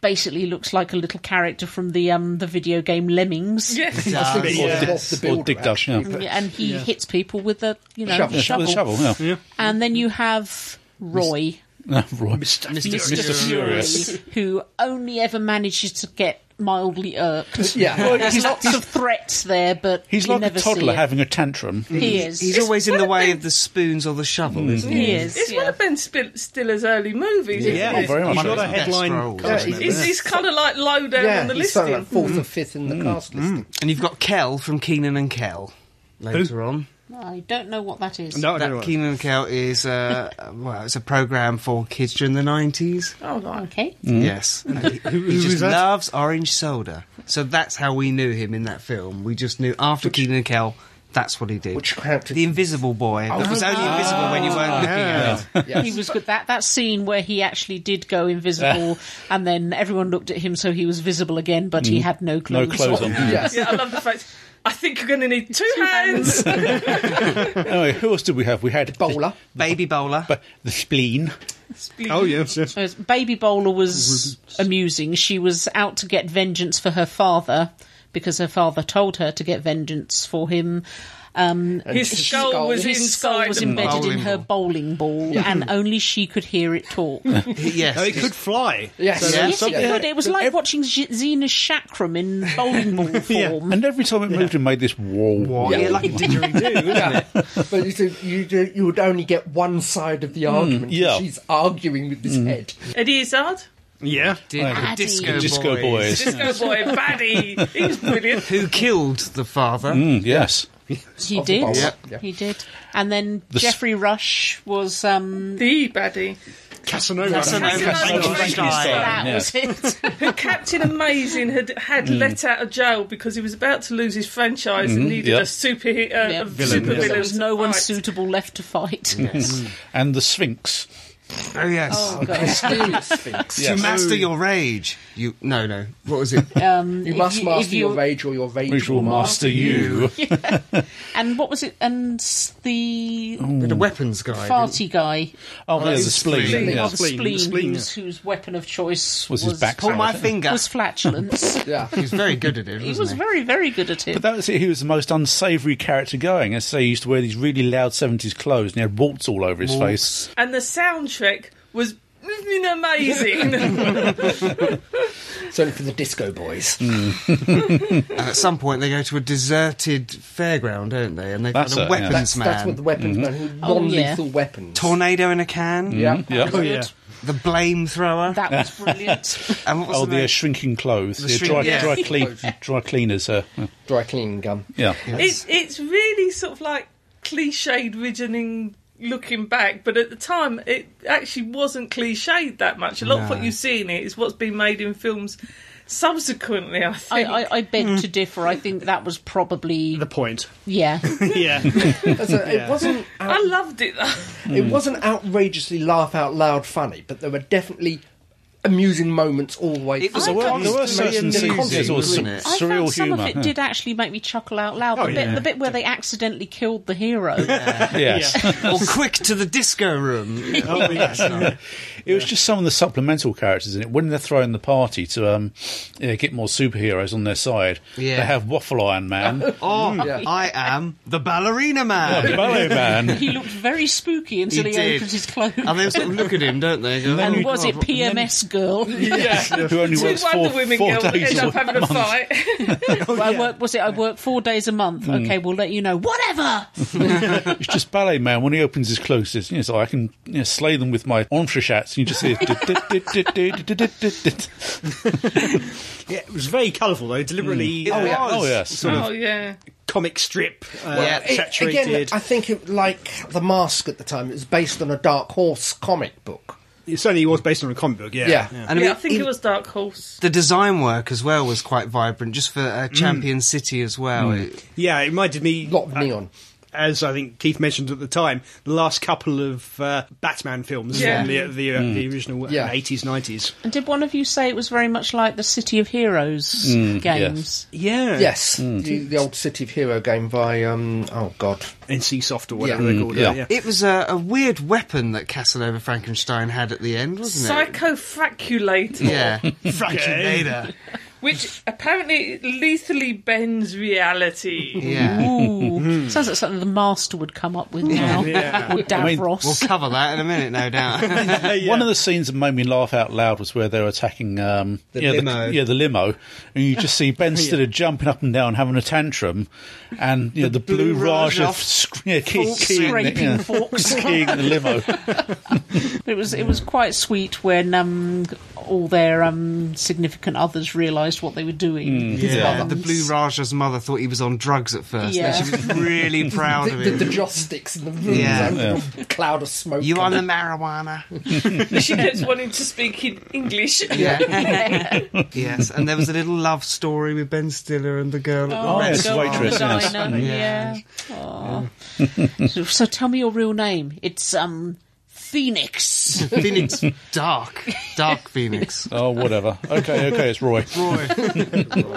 basically looks like a little character from the um, the video game Lemmings, Yes. I think it was Yeah. Bob the Or Builder, Dick Duck, actually, yeah. but- and he hits people with a you know Shovel. Yes, with a shovel, yeah. And then you have Roy, Ah, right. Mr. Furious, who only ever manages to get mildly irked. Yeah. There's lots of threats there, but He's you like never a toddler see it. having a tantrum. He is. He's always in the way of the spoons or the shovel, isn't he? he is. It's one yeah. of Ben Sp- Stiller's early movies. Yeah, isn't Oh, it? very much. He's got so. a headline. isn't He's, he's kind of like low down yeah, on the he's something listing. like fourth or fifth in the cast listing. And you've got Kel from Keenan and Kel later on. I Oh, don't know what that is. No, I don't know That what- Keenan and Kel is uh, well, it's a program for kids during the nineties. oh, like. Okay. Yes, And he, he just loves orange soda. So that's how we knew him in that film. We just knew after Keenan and Kel, that's what he did. Which character- The Invisible Boy. that was only invisible when you weren't looking at it. He was good. That that scene where he actually did go invisible, and then everyone looked at him, so he was visible again, but he had no No clothes. clothes on. Yeah, I love the fact. I think you're going to need two hands. Anyway, who else did we have? We had Bowler. Baby Bowler. The, the spleen. Oh, yes, yes. Whereas Baby Bowler was amusing. She was out to get vengeance for her father because her father told her to get vengeance for him. Um, His skull, skull- was his skull inside. was the embedded bowling in her ball. bowling ball, and only she could hear it talk. yes. No, it could fly. Yes. Yeah. yes, it could. It was like watching Z- Xena Chakram in bowling ball form. And every time it moved, it made this wall. Mm, Why? Yeah, like a didgeridoo. Yeah. but you, do- you, do- you would only get one side of the argument. yeah. She's arguing with his head. Eddie Izzard, Yeah. Did disco, Disco boys. boys. disco boy, baddie. He was brilliant. Who killed the father? Mm, yes. He did. bowler. Yeah. He did. And then The sp- Jeffrey Rush was um The baddie. Casanova. Casanova. Casanova. Frankenstein. that yeah. was it. Who Captain Amazing had, had let out of jail because he was about to lose his franchise and needed yeah. a super, uh, Yeah. a super Because villain. there was no to one fight. suitable left to fight. And the Sphinx. Oh yes. Oh god. To master your rage, you no no. What was it? Um, You if must if master your you- rage or your rage, Which will master you. And what was it? And s- the the weapons guy. farty guy, Oh, yeah, the that's spleen. spleen. yeah. or the spleen, the spleen, whose, whose weapon of choice Was was, his back Pull my finger. was flatulence. Yeah. He was very good at it, he wasn't was very, very good at it. But that was it. He was the most unsavoury character going. As I say, he used to wear these really loud 70s clothes and he had warts all over his face. And the soundtrack was flipping amazing. It's only for the disco boys. And at some point, they go to a deserted fairground, don't they? And they That's find a it, yeah. weapons That's, man. that's what the weapons man, who Oh, non-lethal yeah. weapons. Tornado in a can. yeah. Yeah. Oh, yeah. The blame thrower. That was brilliant. and what was Oh, the, the uh, name? shrinking clothes. The shrink- dry, yeah. dry, clean, dry cleaners. Uh, Dry cleaning gum. yeah. it's, it's really sort of like cliched visioning looking back, but at the time it actually wasn't cliched that much. A lot of what you see in it is what's been made in films subsequently, I I, think. I, I beg to differ. I think that was probably The point. yeah. Yeah. That's a- It wasn't. I loved it though. It wasn't outrageously laugh out loud funny, but there were definitely amusing moments all the way It through. was a Well, there were It's certain amazing, scenes that were wasn't sur- it? I surreal found some humour. of it yeah. did actually make me chuckle out loud. the, bit, yeah. the bit where they accidentally killed the hero. Yes. or quick to the disco room. Oh, yes. It was just some of the supplemental characters in it. When they're throwing the party to um, yeah, get more superheroes on their side, Yeah. they have Waffle Iron Man, Or I am the ballerina man. Ballet Man. He looked very spooky He until he, did. opened his clothes. And they sort of look at him, don't they? Go, and "Oh, was it God." PMS girl? who only Two works four, Wonder Women four girls days end a up having a fight. I work. Was it? I work four days a month. Okay, we'll let you know. Whatever. It's just Ballet Man when he opens his clothes, says, you know, so I can you know, slay them with my entrechats. And you just hear. "Dit-dit-dit-dit-dit-dit-dit-dit." Yeah, it was very colourful, though, deliberately It uh, was. Oh, yes. oh yeah. comic strip, uh, Yeah. It- saturated. again, I think it, like the mask at the time, it was based on a Dark Horse comic book. It certainly was based on a comic book, yeah. Yeah. And yeah, I mean, think it even- was Dark Horse. The design work as well was quite vibrant, just for Mm. uh, Champion City as well. It- Yeah, it reminded me. lot of uh, neon. as I think Keith mentioned at the time, the last couple of uh, Batman films Yeah. from the, the, uh, the original Yeah. eighties, nineties. And did one of you say it was very much like the City of Heroes games? Yeah, Yes, the, the old City of Hero game by um oh god, NC Soft or whatever Yeah. they called it. Yeah. It was a, a weird weapon that Casanova Frankenstein had at the end, wasn't it? Psychofraculator, Yeah. Frankenstein. Later. which apparently lethally bends reality. Yeah. Ooh, sounds like something the Master would come up with now, or Davros. We'll cover that in a minute, no doubt. One of the scenes that made me laugh out loud was where they were attacking um, The yeah, limo. The, yeah, the limo, and you just see Ben Stiller jumping up and down, having a tantrum, and you know, the, blue, blue Raj Raj of of sc- yeah, key, fork keying, the, scraping yeah, forks. keying the limo. It was it was quite sweet when um, all their um, significant others realised what they were doing. Yeah. Uh, The Blue Raja's mother thought he was on drugs at first, Yeah. and she was really proud the, of the, him. the joss sticks in the room, Yeah. a cloud of smoke. you on coming. the marijuana? she keeps wanting to speak in English. Oh, Yeah. yes, and there was a little love story with Ben Stiller and the girl at the Oh, the yes, girl from waitress, the yes. diner, Yeah. Aw. so, so tell me your real name. It's um Phoenix. Phoenix Dark. Dark Phoenix. Oh, whatever. Okay, okay, it's Roy. Roy.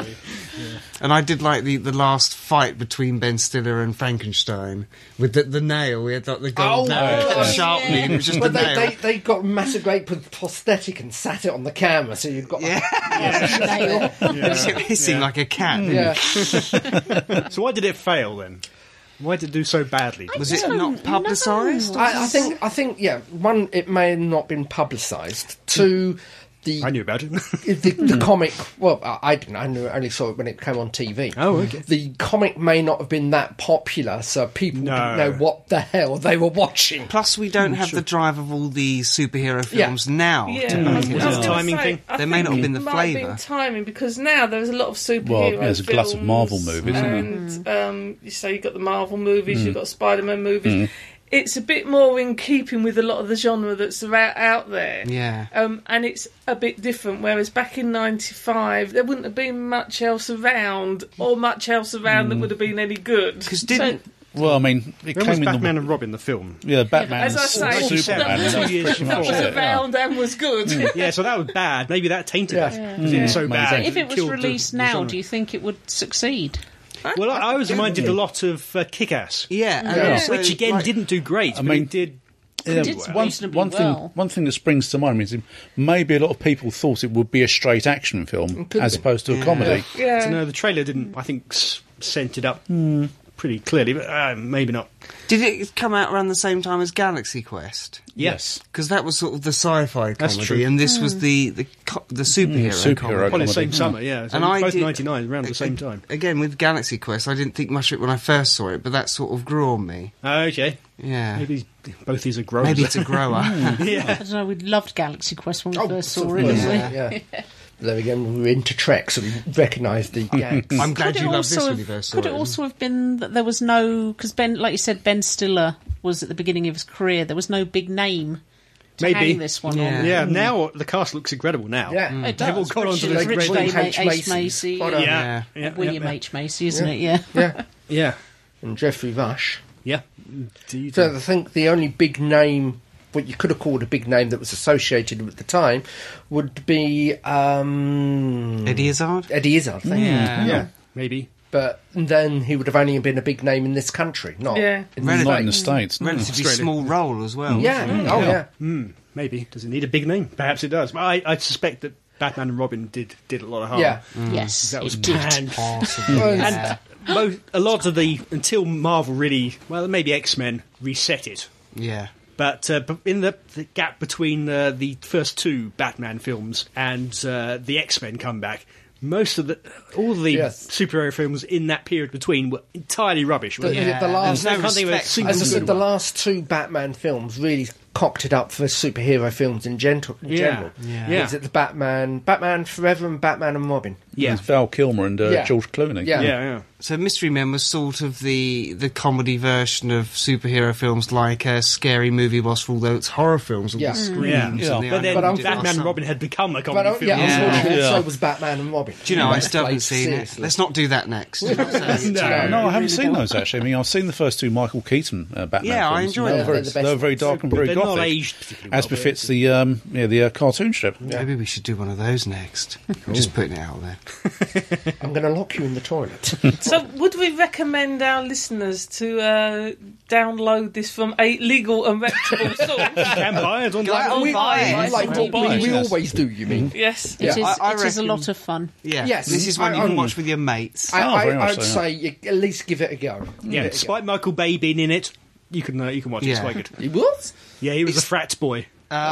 And I did like the, the last fight between Ben Stiller and Frankenstein with the, the nail. We had like, the gold Oh, nail, yeah. the sharp Yeah. nail. It was just But a they, nail. they, they got massaged with prosthetic and sat it on the camera, so you've got Yeah. Nail. It was hissing like a cat. didn't yeah. So why did it fail then? Why did it do so badly? it? Was it not publicised? I, I think I think yeah. One, it may have not been publicised. Two, the I knew about it. the, the comic. Well, I, I didn't. I knew- only saw it when it came on TV. Oh, okay. The comic may not have been that popular, so people No. didn't know what the hell they were watching. Plus, we don't have the drive of all the superhero films now. Yeah, to make I it was a up. gonna timing thing. I Oh, They may think not have been it the might have been flavour. timing because now there's a lot of superhero. Well, yeah, there's a glut of films Marvel movies, isn't there? Mm. And um, you say you've got the Marvel movies, you've got Spider-Man movies. It's a bit more in keeping with a lot of the genre that's about out there. Yeah. Um, and it's a bit different. Whereas back in '95, there wouldn't have been much else around, or much else around Mm. that would have been any good. Because didn't Well, I mean, it When was came in Batman the and Robin the film? yeah, Batman, As I say, and Superman. that and that's was- pretty that much was it. yeah. around and was good. Yeah, so that was bad. Maybe that tainted it. Yeah. 'Cause it was so Mm. bad. Amazing. if it was killed the- released the now, genre. do you think it would succeed? Well, I, I was reminded a lot of uh, Kick-Ass, yeah, and Yeah. also, which again like, didn't do great. I mean- mean, did Yeah, did one, reasonably one thing, well. one thing that springs to mind is maybe a lot of people thought it would be a straight action film could as be. opposed to a comedy. Yeah. So no, the trailer didn't. I think s- sent it up pretty clearly, but uh, maybe not. did it come out around the same time as Galaxy Quest? Yes. Because that was sort of the sci-fi comedy, That's true. and this was the the co- the superhero, superhero comedy. Well, the Comedy. same summer, yeah. So And I both did- ninety nine, around the same time. Again, with Galaxy Quest, I didn't think much of it when I first saw it, but that sort of grew on me. Okay, Yeah, maybe, maybe both these are grown. it's a grower. I don't know. We loved Galaxy Quest when we first saw it. course, didn't we? Oh, yeah. There again, we were into Treks and recognised the gags. I'm glad Could it you loved also this when have- you first saw could it. it also have been that there was no because Ben, like you said, Ben Stiller was at the beginning of his career. There was no big name to Maybe. hang this one mm. on. yeah. Now the cast looks incredible. Now. yeah. It They've all does. got onto Richard- this Rich great- Day, H. H. Macy. Macy, What a- yeah, Yeah. yeah, yeah, William yeah. H. Macy, isn't it? Yeah. yeah. Yeah. And Jeffrey Rush. Yeah. Indeed. So I think the only big name, what you could have called a big name that was associated with the time, would be um, Eddie Izzard. Eddie Izzard, I think. Yeah. yeah. Maybe. But then he would have only been a big name in this country, not Yeah. in the Not in the States. States. Mm. no. relatively Australia. small role as well. Yeah. Oh yeah. Hmm. Maybe. Does it need a big name? Perhaps it does. But I, I suspect that Batman and Robin did did a lot of harm. Yeah. Mm. Yes, That was it did. banned. Possibly, Well, yeah. And most, a lot of the until Marvel really well maybe X Men reset it, yeah. but uh, b- in the, the gap between uh, the first two Batman films and uh, the X Men comeback, most of the all the Yes. superhero films in that period between were entirely rubbish. The, weren't they? the There's last, no no can't think of a respect. single as I good said, the one. last two Batman films really cocked it up for superhero films in, gentle, in Yeah. general. Yeah. Yeah. Is it the Batman, Batman Forever, and Batman and Robin? Yeah. It's Val Kilmer and uh, Yeah. George Clooney. Yeah. Yeah, So Mystery Men was sort of the the comedy version of superhero films, like a scary movie was, although it's horror films. all the Yeah. Mm. screams Yeah. and Yeah. the But then animated I'm- Batman awesome. and Robin had become a But comedy uh, film. yeah, Yeah. unfortunately, Yeah. so was Batman and Robin. Do you know? I still Played haven't seen it. seriously. Let's not do that next. You're not saying it's No. terrible. Mm. No, I haven't seen those actually. I mean, I've seen the first two Michael Keaton uh, Batman. Yeah, I films. enjoyed They're them. very, They're the best. they're very dark and very They're not gothic, aged particularly as well, but- befits the um, yeah, the uh, cartoon strip. Maybe we should do one of those next. I'm just putting it out there. I'm going to lock you in the toilet. So, would we recommend our listeners to uh, download this from a legal and reputable source? Can buy it on Like, we, buy it. like I'll we, buy it, we yes. always do, you mean? yes. It is. I- I it is a reckon- lot of fun. Yeah, Yes. this is one I- you can I- watch with your mates. I, Oh, I, very much I would so, say you, at least give it a go. Yeah, despite Michael Bay being in it, you can uh, you can watch it. It's Yeah. quite good. He was. Yeah, he was a frat boy.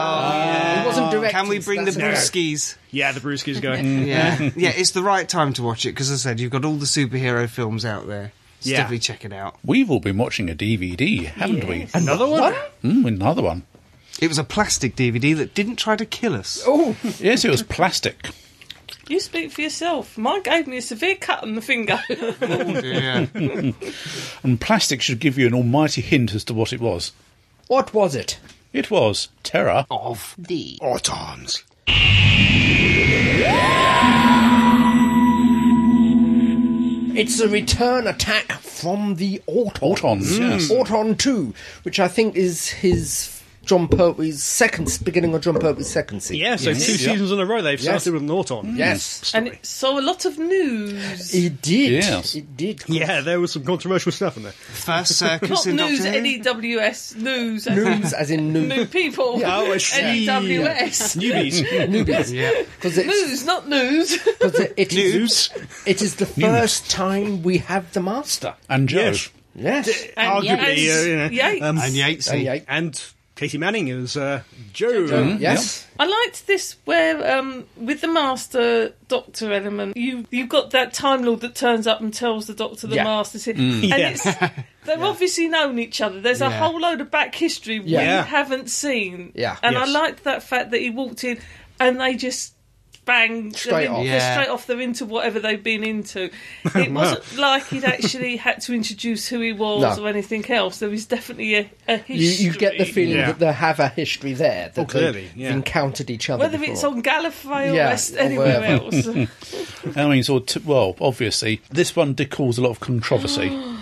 He wasn't directed. Can we bring the that's okay. brewskis? Yeah, the brewski's "Mm, going. Yeah, yeah. It's the right time to watch it because, as I said, you've got all the superhero films out there. So Yeah. Definitely check it out. We've all been watching a DVD, haven't Another one. we? Mm, another one. It was a plastic DVD that didn't try to kill us. Oh, Yes, it was plastic. You speak for yourself. Mine gave me a severe cut on the finger. Yeah. And plastic should give you an almighty hint as to what it was. what was it? It was terror. of The Autons. It's a return attack from the Auton. Hmm. Autons, yes. Auton 2, which I think is his John Pertwee's second, beginning of John Pertwee's second season. Yeah, so two seasons in a row they've Yes. Mm. started with Norton. Yes. and it saw a lot of news. It did. Yes. It did. Yeah, there was some controversial stuff in there. First circus Not in news, Doctor Who. N-E-W-S, news, News as in new, new people, E Oh, I see. N-E-W-S. Newbies. newbies. Yeah. Because it's, News, not news. 'cause it, it, is, News. it is the first time we have the Master. And Joe. Yes. Yes. And Arguably, yes. uh, you know, Yates. um, And Yatesy. And Yates. And Katie Manning is uh, Joe. Mm, Yes. I liked this where um, with the Master Doctor element, you you got that Time Lord that turns up and tells the Doctor the Yeah. Mm. Master's here, and Yeah. it's they've obviously known each other. There's a Yeah. whole load of back history we Yeah. haven't seen, Yeah. and I Yes. liked that fact that he walked in and they just. Bang! they're Straight in- off. They're Yeah. straight off. They're into whatever they've been into. It wasn't like he'd actually had to introduce who he was No. or anything else. There was definitely a, a history. You, you get the feeling Yeah. that they have a history there. That Oh, clearly, they've yeah. encountered each other. whether it's before. on Gallifrey or Yeah, West, or anywhere else. wherever. I mean, so t- well, obviously, this one did cause a lot of controversy. I mean,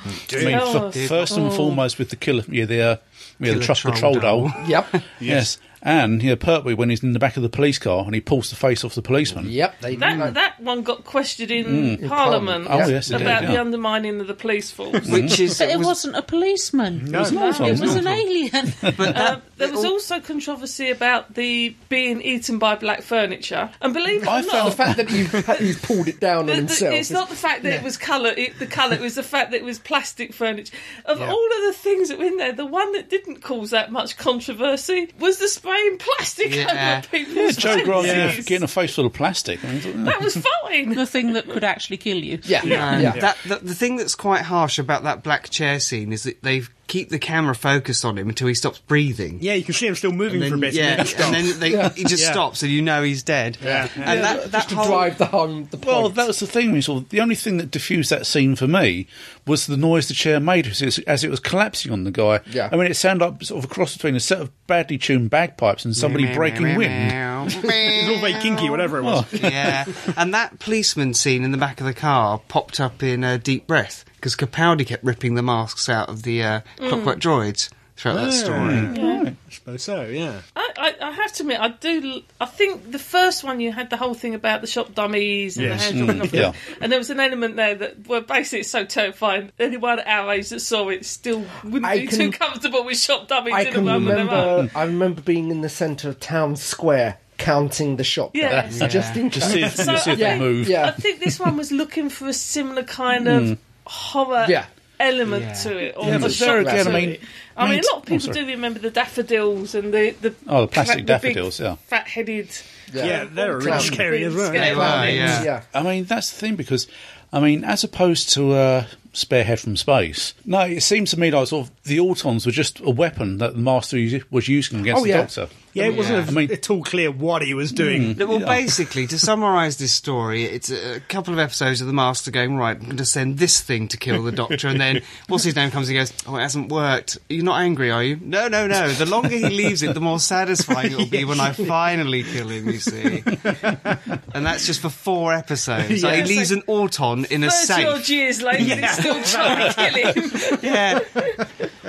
Tell f- us. first and foremost with the killer, yeah, the uh, yeah, the Oh. Killer trust the troll troll doll. doll. Yep. Yes. and yeah, Pertwee when he's in the back of the police car and he pulls the face off the policeman. Yep. They That, do like that one got questioned in Parliament. Parliament, Oh, yes, it did, about the yeah. undermining of the police force. Which is But it, was- was, not a policeman. It was an Auton. It was an alien. but that, Uh, there was also controversy about the being eaten by black furniture, and believe it or I not, found- the fact that you he's pulled it down on the- the- himself. it's not the fact that it was colour, it, the colour, it was the fact that it was plastic furniture. Of all of the things that were in there, the one that didn't cause that much controversy was the spraying plastic Yeah. over people's Yeah, Joe Grant faces. getting a- getting a face full of plastic. I mean, That was fine. the thing that could actually kill you. yeah. Yeah. um, That, the, the thing that's quite harsh about that black chair scene is that they keep the camera focused on him until he stops breathing. Yeah, you can see him still moving And for then, a bit. yeah, and then and then they, he just Yeah. stops, and you know he's dead. Yeah. And that, that Just to whole drive the home the point. Well, that was the thing. We saw the only thing that diffused that scene for me was the noise the chair made as it, as it was collapsing on the guy. Yeah. I mean, it sounded like sort of a cross between a set of badly tuned bagpipes and somebody breaking wind. it was all very kinky, whatever it Oh. was. yeah, and that policeman scene in the back of the car popped up in uh, Deep Breath because Capaldi kept ripping the masks out of the uh, Clockwork Droids throughout that story. I suppose so, yeah. I, I, I have to admit, I do. I think the first one you had the whole thing about the shop dummies and Yes. the hand and, Mm, yeah. and there was an element there that were basically it's so terrifying. Anyone at our age that saw it still wouldn't I be can- too comfortable with shop dummies I in a can moment. Remember... remember. I remember being in the centre of town square counting the shop. Yeah. down, Just in Just see if, So see if I they think- move. Yeah. I think this one was looking for a similar kind of horror Yeah. element Yeah. to it. Or Mm. Yeah, a but shock there again, to I mean, it. I mean, mean, a lot of people oh, sorry. do remember the daffodils and the the Oh, the plastic cra- the big daffodils, yeah. fat-headed. Yeah, they were really Clown. scary as well. Scary They were, clowns. yeah. Yeah. I mean, that's the thing because I mean, as opposed to uh, Spare Head from Space, no, it seems to me like sort of the Autons were just a weapon that the Master u- was using against Oh, the yeah. Doctor. Yeah, it wasn't I a- mean- at all clear what he was doing. Well, basically, to summarise this story, it's a couple of episodes of the Master going, right, I'm going to send this thing to kill the Doctor, and then what's his name comes and goes, oh, it hasn't worked. You're not angry, are you? No, no, no. The longer he leaves it, the more satisfying it'll be when I finally kill him, you see. and that's just for four episodes. Like, Yeah. he leaves an Auton in a 30 odd safe. years later, and he's still trying to kill him. Yeah.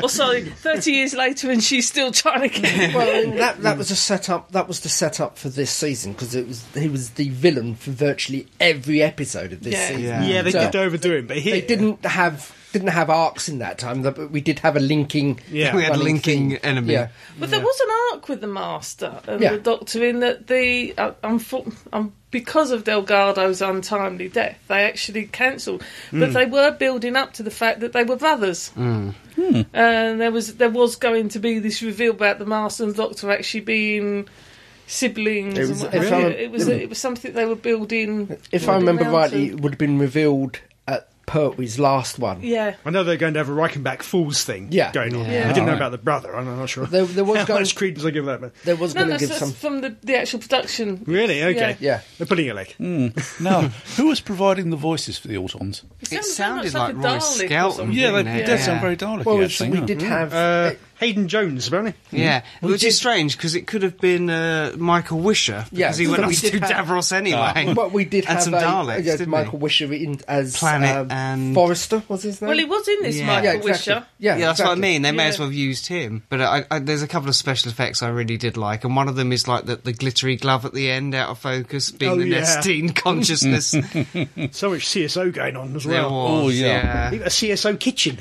or sorry, 30 years later, and she's still trying to kill him. Well, I mean, that that was a setup. That was the setup for this season because it was he was the villain for virtually every episode of this Yeah. season. Yeah. Yeah, they So- did overdo him, but here They didn't have didn't have arcs in that time, but we did have a linking. Yeah. We had a running linking theme. enemy. Yeah. But there was an arc with the Master and Yeah. the Doctor in that the uh, unfor- um, because of Delgado's untimely death, they actually cancelled. But Hmm. they were building up to the fact that they were brothers, and there was there was going to be this reveal about the Master and Doctor actually being siblings. It and was- what if have you. I'm- it was it was something they were building. If I remember building rightly, out it would have been revealed at Pertwee's last one. to- yeah. I know they're going to have a Reichenbach Falls thing Yeah. going on. Yeah. I didn't know about the brother. I'm not sure. There- there was How going- much credence I give that. But There was No, going no, to give so some. that's from the, the actual production. really, okay. Yeah. They're pulling your leg. Now, who was providing the voices for the Autons? very It much sounded like a like, Roy Dalek or Skelton. something. Yeah, they didn't it? did sound very Dalek. Well, yeah, it's- we Hmm. did have. Uh, Hayden Jones, apparently. Yeah, We which did- is strange because it could have been uh, Michael Wisher Yeah, because he went but up we to did have- Davros anyway. but we did and have some a, Daleks, uh, yeah, didn't Michael we? Wisher in as Planet um, and- Forrester was his name. Well, he was in this Yeah. Michael yeah, exactly. Wisher. Yeah, Yeah, that's what I exactly. mean. They may Yeah. as well have used him. But I, I, there's a couple of special effects I really did like, and one of them is like the, the glittery glove at the end, out of focus, being Oh, the yeah. Nestine consciousness. there So much CSO going on as well. was, Oh, yeah. yeah. Even a CSO kitchen.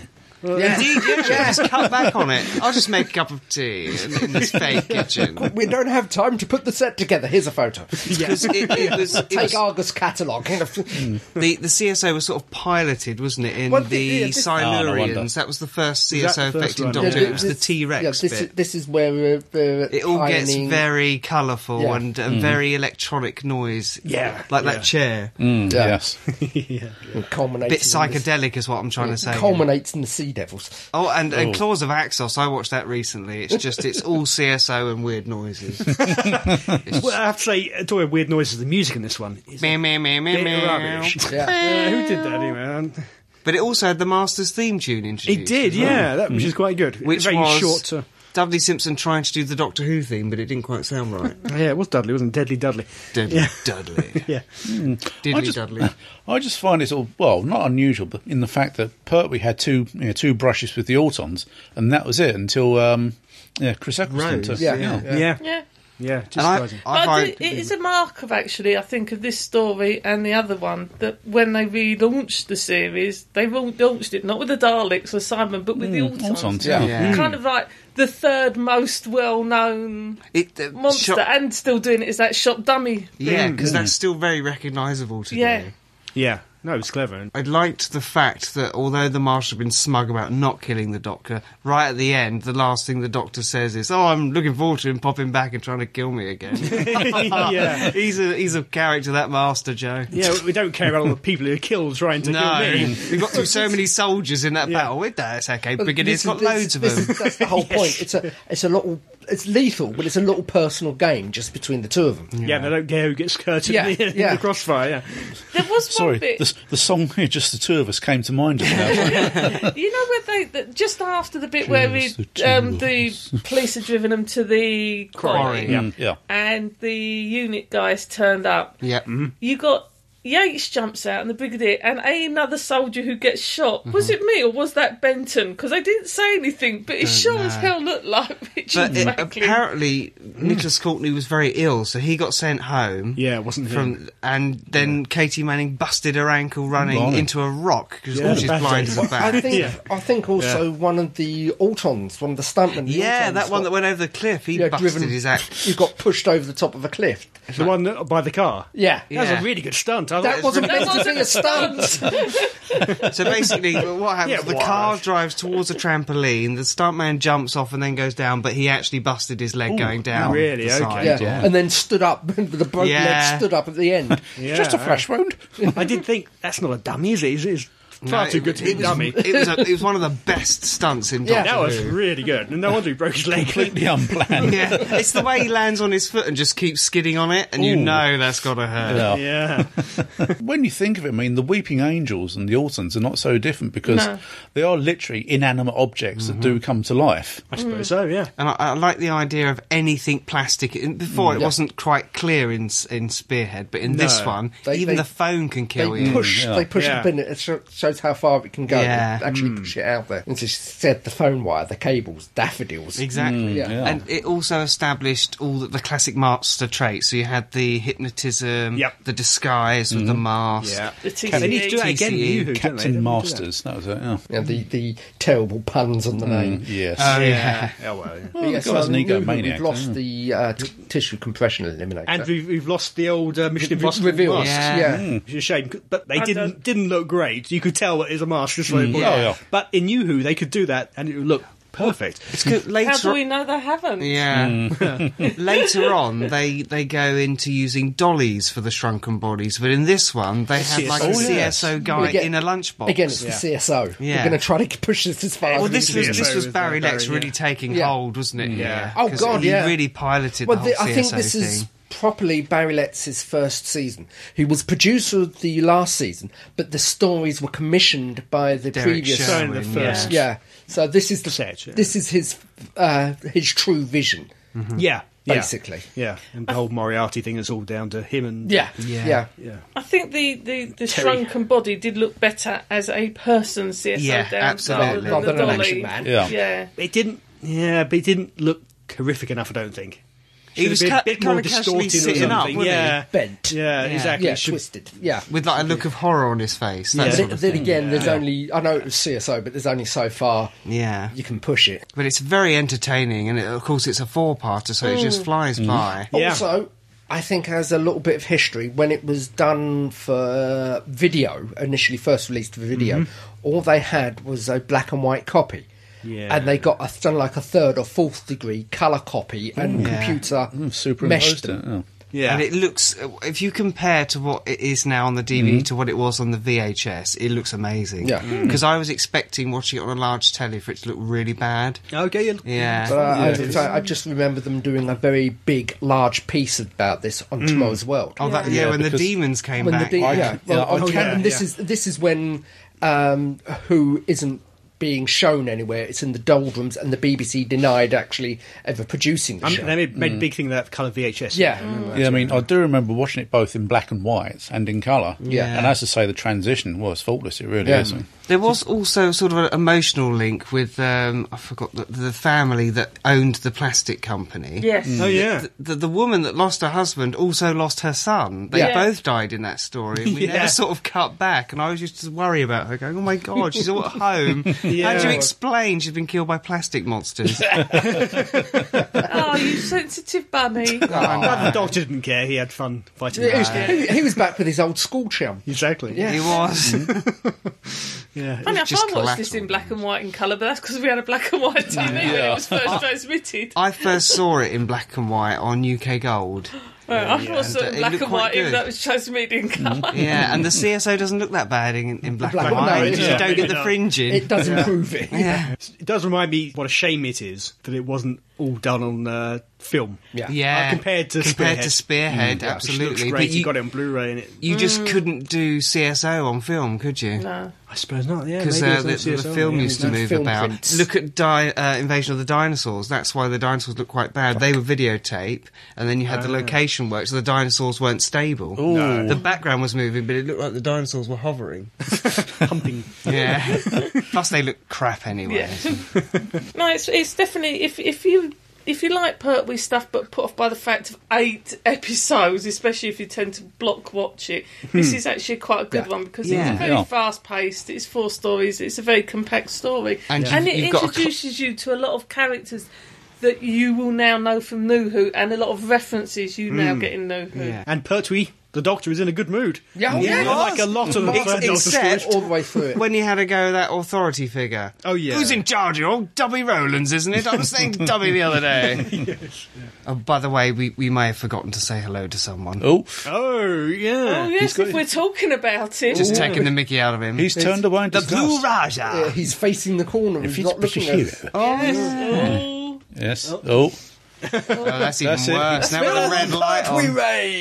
Yeah. Indeed, yeah, just cut back on it. I'll just make a cup of tea in, in this fake kitchen. We don't have time to put the set together. Here's a photo. 'Cause it, it was, it Take was- Argus catalogue. the, the CSO was sort of piloted, wasn't it, in Well, the, the- yeah, this- Oh, no wonder. Silurians? that was the first that CSO the first effect in one? Doctor. Yeah, it was the T Rex Yeah, this, bit. is, this is where we're, we're It all gets ironing- very colourful Yeah. and uh, very electronic noise. Yeah, Like yeah. that chair. Mm, Yeah. Yes. uh, and culminates Bit in this- psychedelic is what I'm trying to say. Culminates in the Sea Devils. Oh, and, and Claws of Axos, I watched that recently. It's just, it's all CSO and weird noises. Well, I have to say, uh, talking about weird noises, the music in this one is Meow, meow, meow, meow, a bit meow. rubbish. Uh, who did that anyway? Um, But it also had the Master's theme tune introduced. It did, as well. yeah, that, which is quite good. Which Very was short. uh, Dudley Simpson trying to do the Doctor Who theme, but it didn't quite sound right. yeah, it was Dudley, wasn't it? Deadly Dudley. Dudley, Dudley. Yeah. Diddly I just, Dudley. I just find it sort of, well, not unusual, but in the fact that Pertwee had two you know, two brushes with the Autons, and that was it until um, yeah, Chris Eccleston Rose, took yeah. it out. Yeah. Yeah. Yeah. Just And I, surprising. I But I find do- it is a mark of actually, I think, of this story and the other one that when they relaunched the series, they relaunched it not with the Daleks or Simon, but with the Autons. Autons, Hmm. yeah. Yeah. Mm. Kind of like the third most well-known it, uh, monster, shot- and still doing it is that shop dummy. yeah, because that's still very recognisable today. Yeah. yeah. No, it was clever. I liked the fact that although the Marshal had been smug about not killing the Doctor, right at the end, the last thing the Doctor says is, "Oh, I'm looking forward to him popping back and trying to kill me again." yeah. he's a he's a character, that Master Joe. Yeah, we don't care about all the people who are killed trying to No, kill me. we've got through so many soldiers in that Yeah. battle. With that, it's okay. But Brigadier's this got is- this- loads of this them. is- that's the whole Yes. point. It's a it's a little it's lethal, but it's a little personal game just between the two of them. Yeah, and I don't care who gets curtained Yeah, in, the- in yeah. the crossfire. Yeah. There was Sorry, one bit. the, the song here, just the two of us, came to mind just now. You know where they the, just after the bit where we, Just the two um, of the police had driven them to the quarry, Yeah. Mm, yeah. and the unit guys turned up. Yeah. You got Yates jumps out and the brigadier and another soldier who gets shot. Was Mm-hmm. it me or was that Benton? Because they didn't say anything, but it sure as know. hell looked like Richard But it, Franklin. apparently, Nicholas Courtney was very ill, so he got sent home. Yeah, it wasn't him. From and then Katie Manning busted her ankle running Blimey. into a rock because Yeah. she's Bad blind days. as a I bat. think I think also one of the Altons, one of the stuntmen. the Yeah, Altons that one got- that went over the cliff. He yeah, busted driven, his ankle. He got pushed over the top of a cliff. The one that- by the car. Yeah, That was Yeah. a really good stunt, I thought That it wasn't really- meant to be a stunt. So basically, what happens? Yeah, the what? car drives towards a trampoline. The stuntman jumps off and then goes down, but he actually busted his leg going down. really? the Okay. side, Yeah. and then stood up. the broken Yeah. leg stood up at the end. Just a flash wound. I did think that's not a dummy, is it? It's, it's far No, too it- good to be it a was- dummy. It was, a, it was one of the best stunts in Yeah. Doctor That was Who. really good. No wonder he broke his leg. Completely unplanned. Yeah, it's the way he lands on his foot and just keeps skidding on it, and you know that's gotta hurt. Yeah. Yeah. When you think of it, I mean, the Weeping Angels and the Autons are not so different because they are literally inanimate objects that do come to life. I suppose so, yeah. And I, I like the idea of anything plastic. In- Before it wasn't quite clear in s- in Spearhead, but in this Mm. No. one, They- even they- the phone can They kill you. push. yeah. They push Yeah. the bin. It sho- shows how far it can go. Yeah. They actually push it out there. And she said the phone wire, the cables, daffodils. Exactly. yeah. Mm, yeah. And it also established all the, the classic master traits. So you had the hypnotism, Yep. the disguise with Mm-hmm. the mask. The They need to do TCE. that again in TCE, New Who, don't they? They Captain need to do Masters, that. was it, yeah. the, the terrible puns on the name. Yes. Oh, yeah. that. Oh, well, yeah. Well, Yes, the guy's an I knew that egomaniac. We've lost yeah. the uh, t- tissue compression eliminator. And we've, we've lost the old uh, Mission Re- Impossible revealed. mask, Yeah. Yeah. which is a shame. c- But they I didn't uh, don't- didn't look great. You could tell it is a mask. Just Mm. like, yeah. Oh, yeah. But in New Who, they could do that and it would look perfect. It's good. Later, How do we know they haven't? Yeah. Mm. Later on, they they go into using dollies for the shrunken bodies, but in this one, they have like a Oh, yes. CSO guy Again- Mm. in a lunchbox. Again, it's the CSO. Yeah. We're going to try to push this as far well, as we this can. was CSO this was was Barry like Lex Barry, really yeah. taking Yeah. hold, wasn't it? Yeah. Oh, 'Cause God, he yeah. really piloted Well, the whole thi- I think CSO this thing. is properly Barry Letts's first season. He was producer of the last season, but the stories were commissioned by the Derek previous. So in the Sherwin, first- yeah. Yeah, so this is the Set, yeah. this is his uh, his true vision. Mm-hmm. Mm-hmm. Yeah. yeah. Basically. Yeah. And the whole Moriarty thing is all down to him and. uh, Yeah, Yeah. yeah. Yeah. I think the, the, the Terry. shrunken body did look better as a person CSO Yeah, down absolutely. rather than Rather the than an dolly. action man. Yeah. Yeah. It didn't. Yeah, but it didn't look horrific enough, I don't think. He Should was have been ca- a bit kinda more casually distorted sitting or up, something. wasn't he? yeah. Bent. Yeah, Yeah. exactly. yeah, Should- twisted. Yeah. With like a look of horror on his face. That Yeah. sort Then, of then thing. again, there's only I know it was CSO, but there's only so far Yeah. you can push it. But it's very entertaining, and it, of course, it's a four-parter, so it just flies Mm-hmm. by. Yeah. Also, I think as a little bit of history, when it was done for uh, video, initially first released for video, all they had was a black and white copy. Yeah. And they got a done like a third or fourth degree colour copy Yeah. and computer meshed Hmm, Superimposed them. it. oh. yeah. yeah. And it looks, uh, if you compare to what it is now on the DVD to what it was on the VHS, it looks amazing. Mm-hmm. Yeah. Mm. Because I was expecting watching it on a large telly for it to look really bad. okay. yeah. Yeah. But uh, I, I, so I just remember them doing a very big, large piece about this on Tomorrow's World. oh, that, yeah, Yeah, when the because- demons came when back. Oh, the de- I- yeah, yeah, well, I on can- Camden, this yeah. is this is when um, who isn't being shown anywhere. It's in the doldrums, and the BBC denied actually ever producing the Um, show. They made, Mm. made a big thing of that colour VHS. yeah, Mm. Yeah, I mean, I do remember watching it both in black and white and in colour. Yeah. And as I say, the transition was faultless. It really Yeah. is. there was also sort of an emotional link with, um, I forgot, the, the family that owned the plastic company. Yes. Mm. Oh yeah. The, the, the woman that lost her husband also lost her son. They Yeah. both died in that story. And we Yeah. never sort of cut back, and I was used to worry about her, going, "Oh my god, she's all at home." How do Yeah. you explain she's been killed by plastic monsters? Oh, you sensitive bunny. But the dog didn't care. He had fun fighting. He, the was, monster. he, he was back with his old school chum. Exactly. Yeah. It was. Yeah. Funny enough, I just watched this collateral. in black and white and colour, but that's because we had a black and white TV when it was first transmitted. I first saw it in black and white on UK Gold. Well, I watched it and, uh, in it black looked and quite white, even good. though it was transmitted in colour. Yeah, and the CSO doesn't look that bad in, in black, Black and and white. white, you just yeah. don't get Really the not. fringing. It does improve it. yeah. It does remind me what a shame it is that it wasn't all done on uh, film. Yeah. Yeah, Uh, compared to compared to Spearhead. Spearhead, Which looks absolutely. great. But you, you, got it Mm. on Blu-ray and it. you just couldn't do CSO on film, could you? No. I suppose not. Yeah. because maybe uh, it's on the, the CSL, film yeah. used to no move film about. prints. Look at di- uh, Invasion of the Dinosaurs. That's why the dinosaurs look quite bad. They were videotape, and then you had the location work, so the dinosaurs weren't stable. No. The background was moving, but it looked like the dinosaurs were hovering. Pumping. Yeah. Plus, they look crap anyway. Yeah. No, it's, it's definitely if if you if you like Pertwee stuff, but put off by the fact of eight episodes, especially if you tend to block watch it, this is actually quite a good Yeah. one because Hmm. Yeah. it's very Yeah. fast paced. It's four stories. It's a very compact story, And and, you've- it you've got a cl- introduces you to a lot of characters that you will now know from New Who and a lot of references you Hmm. now get in New Who. And Pertwee, the doctor, is in a good mood. Yeah, You yeah, know, he like a was. lot of Ex- other Doctor except- Strange. all the way through it. When you had a go at that authority figure. Oh, yeah. Who's in charge here? Old Dubby Rowlands, isn't it? I was saying to Dubby the other day. Oh, by the way, we, we may have forgotten to say hello to someone. Oh, Oh, yeah. Oh yes, if we're talking about it. Just taking the mickey out of him. he's turned the wine the to Blue dust. Yeah, Raja. he's facing the corner. If he's he's not looking British at hero. us. Yes. Oh, Oh, that's even That's it. worse. Now with the red light on.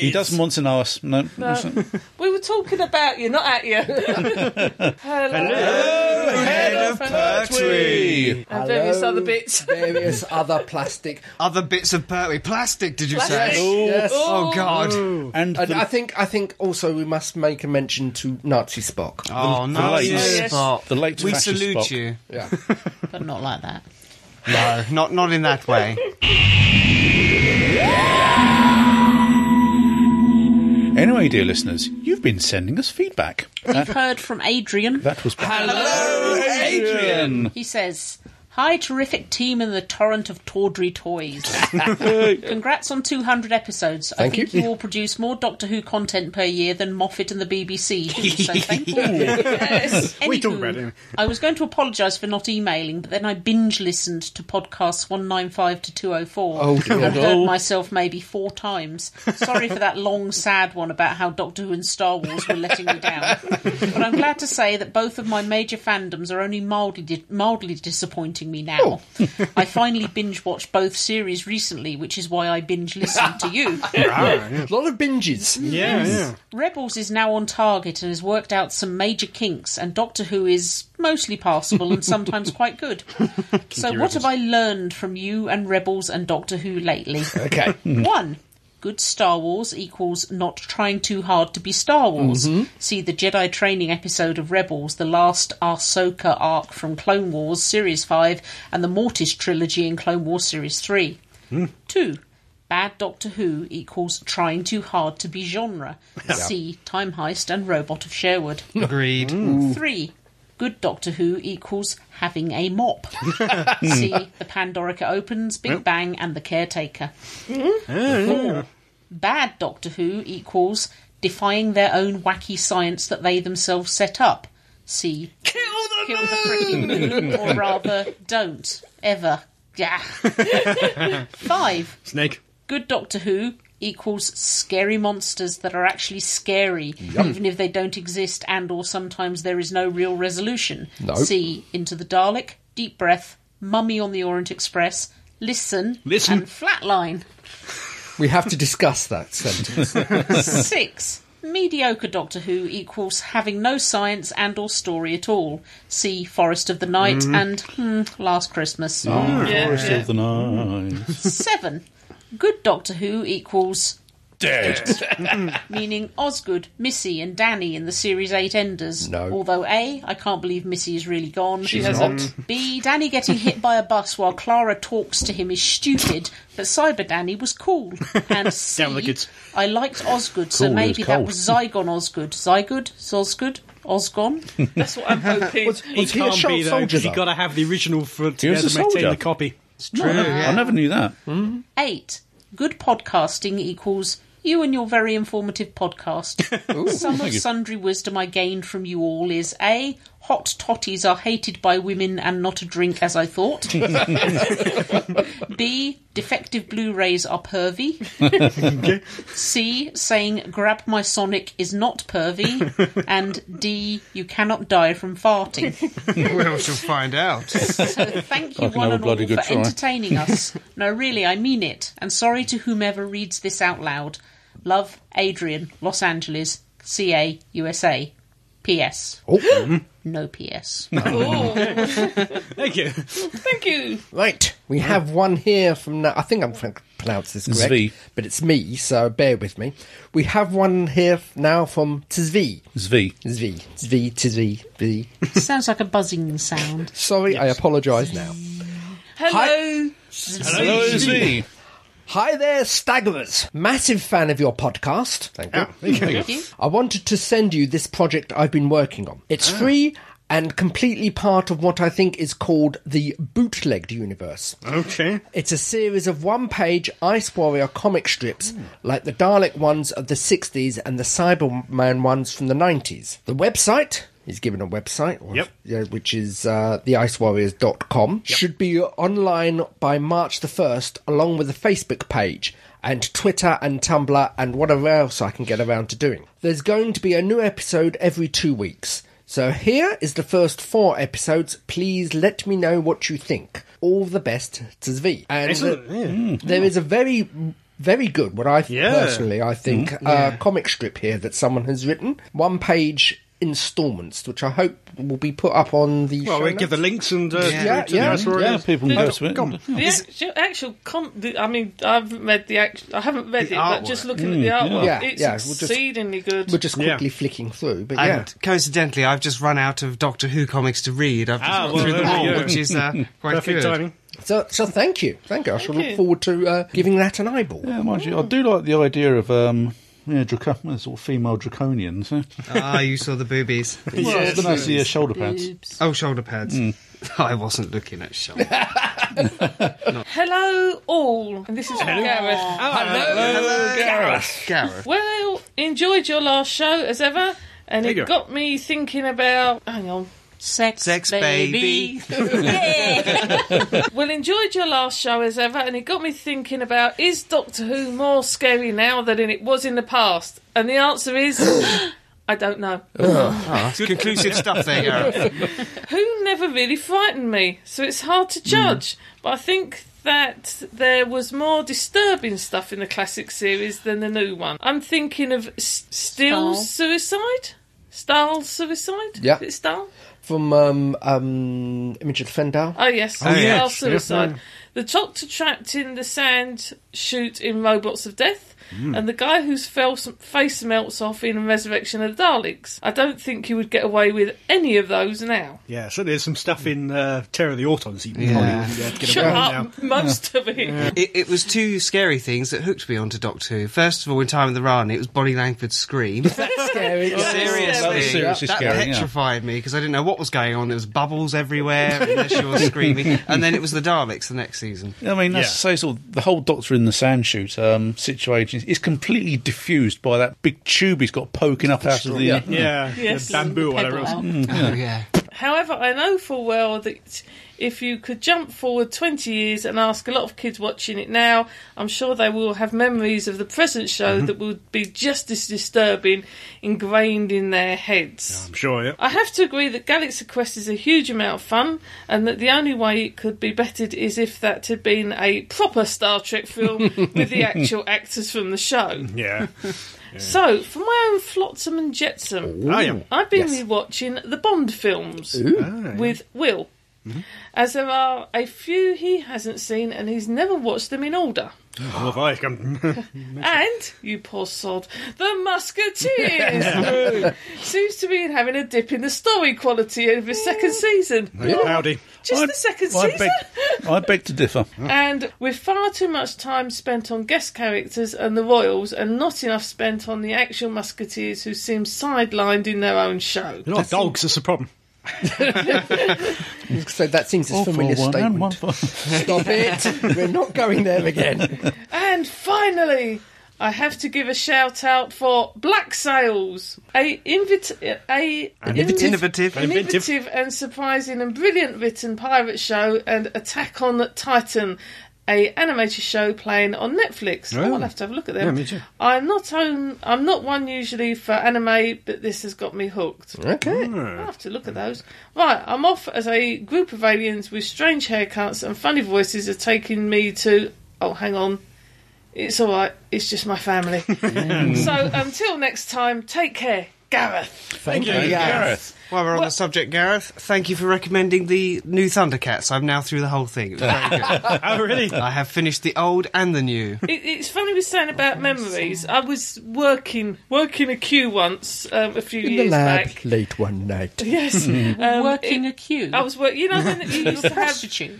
he does once an hour. No, no. We were talking about you, not at you. Hello. Head of Pertwee. And various Hello. other bits. Various other plastic. Other bits of Pertwee. Plastic, did you Plastic. say? Yes. Oh, God. And And the- I think I think also we must make a mention to Nazi Spock. Oh, no. lights. Yes. Spot. The late We fascist salute Spock. you. Yeah. but not like that. No, not, not in that way. anyway, dear listeners, you've been sending us feedback. Uh, We've heard from Adrian. that was Hello, Adrian. He says, Hi, terrific team in the torrent of tawdry toys. Congrats on 200 episodes. Thank I think you. you. will produce more Doctor Who content per year than Moffat and the BBC. do, So thankful. Yes. We talk Anywho, about him. I was going to apologise for not emailing, but then I binge listened to podcasts 195 to 204 Oh, dear. and heard myself maybe four times. Sorry for that long, sad one about how Doctor Who and Star Wars were letting me down. But I'm glad to say that both of my major fandoms are only mildly, di- mildly disappointing me now. I finally binge watched both series recently, which is why I binge listened to you. A lot of binges. Yeah, yeah. Rebels is now on target and has worked out some major kinks, and Doctor Who is mostly passable and sometimes quite good. so, what have I learned from you and Rebels and Doctor Who lately? Okay. One, good Star Wars equals not trying too hard to be Star Wars. See the Jedi training episode of Rebels, the last Ahsoka arc from Clone Wars Series 5, and the Mortis trilogy in Clone Wars Series 3. Two, bad Doctor Who equals trying too hard to be genre. See Time Heist and Robot of Sherwood. Agreed. Three, good Doctor Who equals having a mop. See The Pandorica Opens, Big Bang, and The Caretaker. Four, bad Doctor Who equals defying their own wacky science that they themselves set up. See Kill them. Kill the Freaking Moon, or rather, don't ever. Yeah. Five, Snake. good Doctor Who equals scary monsters that are actually scary, even if they don't exist and or sometimes there is no real resolution. See Into the Dalek, Deep Breath, Mummy on the Orient Express, Listen, Listen. and Flatline. We have to discuss that sentence. Six. Mediocre Doctor Who equals having no science and or story at all. See Forest of the Night and hmm, Last Christmas. Yeah, Forest yeah. of the Night. Seven. Good Doctor Who equals Dead. meaning Osgood, Missy, and Danny in the Series 8 Enders. No. Although A, I can't believe Missy is really gone. She has not. B, Danny getting hit by a bus while Clara talks to him is stupid, but Cyber Danny was cool. And C, Down with the kids. I liked Osgood, Cool, so it maybe was that cold. was Zygon Osgood. Zygood? Osgood? Osgon? That's what I'm hoping. He Was he a can't sharp be though. soldier, You've though? got to have the original for to be was able a to maintain soldier. the copy. True. I never knew that. 8. Good podcasting equals you and your very informative podcast. Some of sundry wisdom I gained from you all is A. Hot totties are hated by women and not a drink as I thought. B. Defective Blu rays are pervy. C. Saying grab my Sonic is not pervy. And D. You cannot die from farting. Well, she'll find out. So thank you can one have a and all bloody for good try. entertaining us. No, really, I mean it. And sorry to whomever reads this out loud. Love, Adrian, Los Angeles, CA, USA. PS. Oh. Mm-hmm. No PS. Oh, Thank you. thank you. right. We have one here from. Na- I think I'm trying to pronounce this correct. Zvi. But it's me, so bear with me. We have one here f- now from Tzvi. Zvi. Zvi. Zvi. Tzvi. V. Sounds like a buzzing sound. Sorry, I apologise now. Hello, Hello. Zvi. Hi there, staggerers. Massive fan of your podcast. Ah, Thank you. Thank you. Ah. I wanted to send you this project I've been working on. It's free and completely part of what I think is called the bootlegged universe. Okay. It's a series of one page Ice Warrior comic strips, like the Dalek ones of the 60s and the Cyberman ones from the 90s. The website. He's given a website, or- Yep. yeah, which is uh, theicewarriors.com. Should be online by March the 1st, along with a Facebook page and Twitter and Tumblr and whatever else I can get around to doing. There's going to be a new episode every two weeks. So here is the first four episodes. Please let me know what you think. All the best to Zvi. And Excellent, the- there is a very, very good, what I Yeah. Mm-hmm. personally I think, uh, comic strip here that someone has written. One page installments, which I hope will be put up on the. Well, show we'll give the notes. links and uh, Yeah, to the yeah, rest of our Yeah, audience. people can go to it. The actual, actual com- the, I mean, I haven't read the act- I haven't read The it, but just artwork. looking at the artwork, Yeah, it's yeah, we'll just- exceedingly good. We're just Yeah. quickly flicking through, but yeah. And coincidentally, I've just run out of Doctor Who comics to read. I've just Ah, got well, through them there all, you go. which is uh, quite good. Perfect timing. So, so thank you, thank you. I shall you. look forward to uh, giving that an eyeball. Oh, Yeah, mind you, I do like the idea of um, yeah, draco- sort of female draconians. So. ah, you saw the boobies. Well, it's nice to see her shoulder pads. Oh, shoulder pads. I wasn't looking at shoulder. Hello, all. And this is from Gareth. Uh, Gareth. Well, enjoyed your last show as ever, and you it go. got me thinking about. Hang on. Sex, Sex baby. baby. Well, enjoyed your last show as ever, and it got me thinking about is Doctor Who more scary now than it was in the past? And the answer is. I don't know. That's conclusive stuff there, Gareth. Who never really frightened me, so it's hard to judge. But I think that there was more disturbing stuff in the classic series than the new one. I'm thinking of S- Steele Stahl. suicide? Stahl suicide? Yeah. Is it Stahl? From um, um, Image of Fendal. Oh yes, Oh, yes. Stahl suicide. The doctor trapped in the sand shoot in Robots of Death, and the guy whose fel- face melts off in Resurrection of the Daleks. I don't think you would get away with any of those now. Yeah, so there's some stuff in uh, Terror of the Autons you Yeah. probably wouldn't be able to get Shut away with up, now. most of it. It, it was two scary things that hooked me onto Doctor Who. First of all, in Time of the Run, it was Bonnie Langford's scream. That's Seriously, scary. That was seriously that scary, yeah. petrified me because I didn't know what was going on. There was bubbles everywhere, and then she was screaming. And then it was the Daleks the next season. I mean, that's so sort of the whole Doctor in the Sand Chute um, situation is- is completely diffused by that big tube he's got poking up out of the. uh, Yeah. Yeah, Yes. the bamboo or whatever it was. Oh yeah, However, I know full well that if you could jump forward 20 years and ask a lot of kids watching it now, I'm sure they will have memories of the present show that will be just as disturbing, ingrained in their heads. I'm sure, yeah. I have to agree that Galaxy Quest is a huge amount of fun, and that the only way it could be bettered is if that had been a proper Star Trek film with the actual actors from the show. Yeah. So, for my own flotsam and jetsam, Oh, yeah. I've been Yes. rewatching the Bond films with Will, as there are a few he hasn't seen and he's never watched them in order. Well, if I come- And you poor sod, the Musketeers seems to be having a dip in the story quality of his second season. Howdy. Just I- the second I season. beg, I beg to differ. And with far too much time spent on guest characters and the royals, and not enough spent on the actual musketeers who seem sidelined in their own show. They're not dogs, that's the problem. So that seems his All for familiar one and statement. one for- Stop it! We're not going there again. And finally, I have to give a shout out for Black Sails, a invit a invit- innovative. an innovative and surprising and brilliant written pirate show, and Attack on Titan. A animated show playing on Netflix. I'll have to have a look at them. Yeah, me too. I'm not own, I'm not one usually for anime, but this has got me hooked. Okay. I'll have to look at those. Right, I'm off as a group of aliens with strange haircuts and funny voices are taking me to. Oh, hang on. It's alright, it's just my family. Mm. so until next time, take care, Gareth. Thank, you. Gareth. While we're on the subject, Gareth, thank you for recommending the new Thundercats. I'm now through the whole thing. It was very good. Oh, really? I have finished the old and the new. It, it's funny we're saying Oh, about memories. I was working working a queue once um, a few In the years lab Mm. back. late one night. Yes, um, Uh, Working it- a queue. I was working. You know when you used to have. prostitute.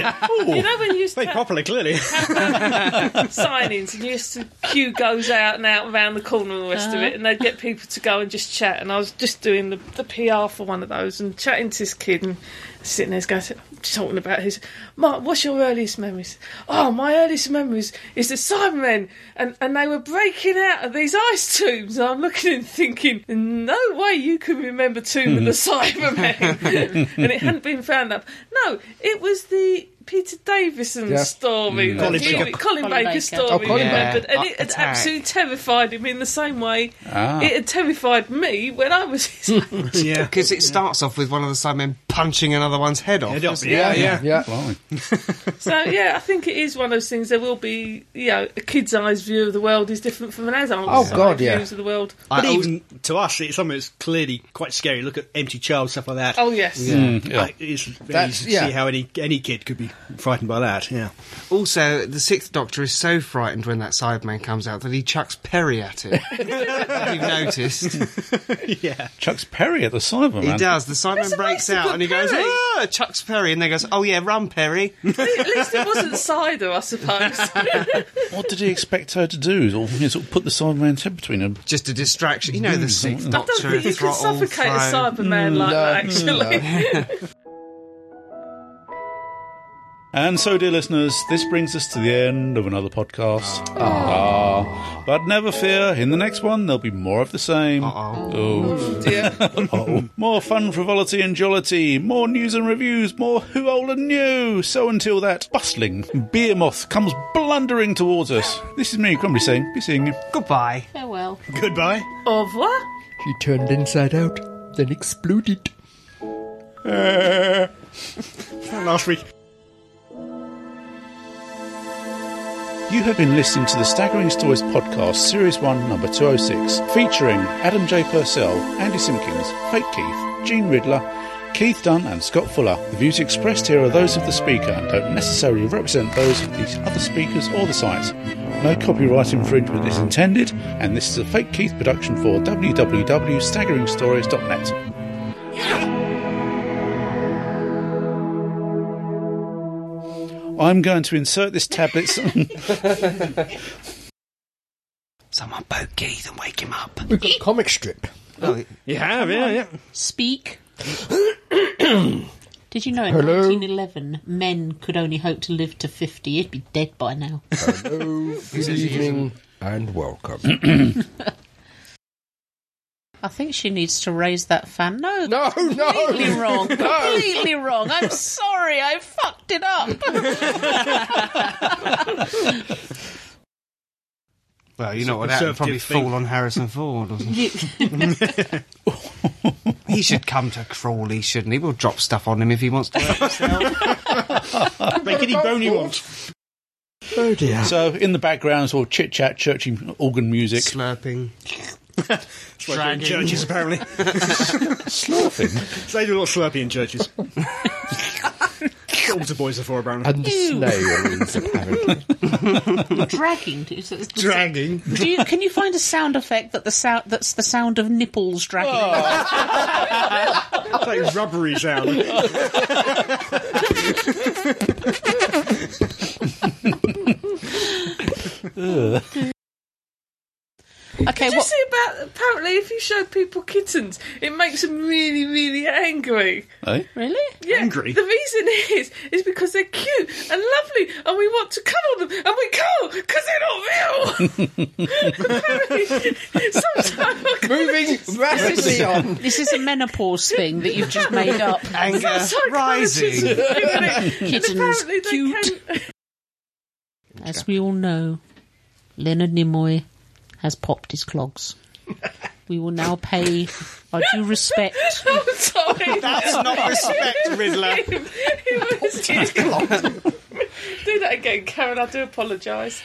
You know when you used to Very have- popular, clearly. signings and you used to queue goes out and out around the corner and the rest of it and they'd get people to go and just chat, and I was just doing the, the PR for one of those and chatting to this kid and sitting there going, talking about his, Mark, what's your earliest memories? Oh, my earliest memories is the Cybermen, and, and they were breaking out of these ice tubes. And I'm looking and thinking, no way you can remember Tomb of the Cybermen. and it hadn't been found up. No, it was the. Peter Davison Yeah. story, that Colin he- Baker. Colin Colin Baker Baker. story, Oh, Ah. Colin yeah, Baker. but- and it had Attack. absolutely terrified him in the same way it had terrified me when I was his age. Yeah. Because it starts off with one of the Sidemen punching another one's head off. Yeah, Yeah, yeah, yeah, yeah. Blimey. so yeah, I think it is one of those things. There will be, you know, a kid's eyes view of the world is different from an adult's Oh, eye God, yeah. views of the world. But I always- even to us, it's something that's clearly quite scary. Look at Empty Child, stuff like that. Oh yes, Yeah. Like, it's very That's- easy to yeah. see how any any kid could be frightened by that. Yeah, Also, the Sixth Doctor is so frightened when that Sideman comes out that he chucks Perry at it. Have you noticed? yeah. Chucks Perry at the Cyberman. He does. The That's a Sideman breaks nice out and he good goes, Perry. ah, chucks Perry, and then goes, oh yeah, run, Perry. at least it wasn't cider, I suppose. What did he expect her to do? Sort of, you know, sort of put the Cyberman's head between them. Just a distraction. You know, Mm, the Sixth I don't Doctor. think you can throttle, suffocate a throw. Cyberman like no, that. Actually, And so, dear listeners, this brings us to the end of another podcast. Ah. But never fear, in the next one, there'll be more of the same. Uh-oh. dear. more fun, frivolity, and jollity. More news and reviews. More who old and new. So until that bustling behemoth comes blundering towards us. This is me, Crumbly, saying, be seeing you. Goodbye. Farewell. Goodbye. Au revoir. She turned inside out, then exploded. Last week. You have been listening to the Staggering Stories podcast, Series 1, Number 206, featuring Adam J. Purcell, Andy Simpkins, Fake Keith, Gene Ridler, Keith Dunn, and Scott Fuller. The views expressed here are those of the speaker and don't necessarily represent those of the other speakers or the site. No copyright infringement is intended, and this is a Fake Keith production for www.staggeringstories.net. I'm going to insert this tablet. Someone poke Keith and wake him up. We've got a comic strip. You have, yeah, yeah. Speak. Did you know in Hello? 1911 men could only hope to live to 50? You'd be dead by now. Good evening and welcome. I think she needs to raise that fan. No, No, no. completely wrong. Completely wrong. I'm sorry, I fucked it up. Well, you know what, a that would probably conservative thing. fall on Harrison Ford. Or something. he should come to Crawley, shouldn't he? We'll drop stuff on him if he wants to hurt himself. Make any bone you want. Oh dear. so, in the background, sort of chit chat, churchy organ music. Slurping. That's what I do in Dragging. churches, apparently. Slurping. they do a lot of slurping in churches. Altar boys are for, apparently. And the snails, apparently. dragging. Do you, Dragging. do you- can you find a sound effect that the sound that's the sound of nipples dragging? It's like rubbery sound. Okay, Did you what? see about apparently if you show people kittens, it makes them really, really angry. Eh? really? Yeah, Angry? The reason is is because they're cute and lovely, and we want to cuddle them, and we can't because they're not real. Apparently, sometimes I can't- Moving rapidly on. This is a menopause thing that you've just made up. Anger psychologists rising. do it, and Kittens, apparently they cute. can. As we all know, Leonard Nimoy has popped his clogs. We will now pay our due respect. I'm Oh, sorry. That's not respect, Riddler. It was- Do that again, Karen. I do apologise.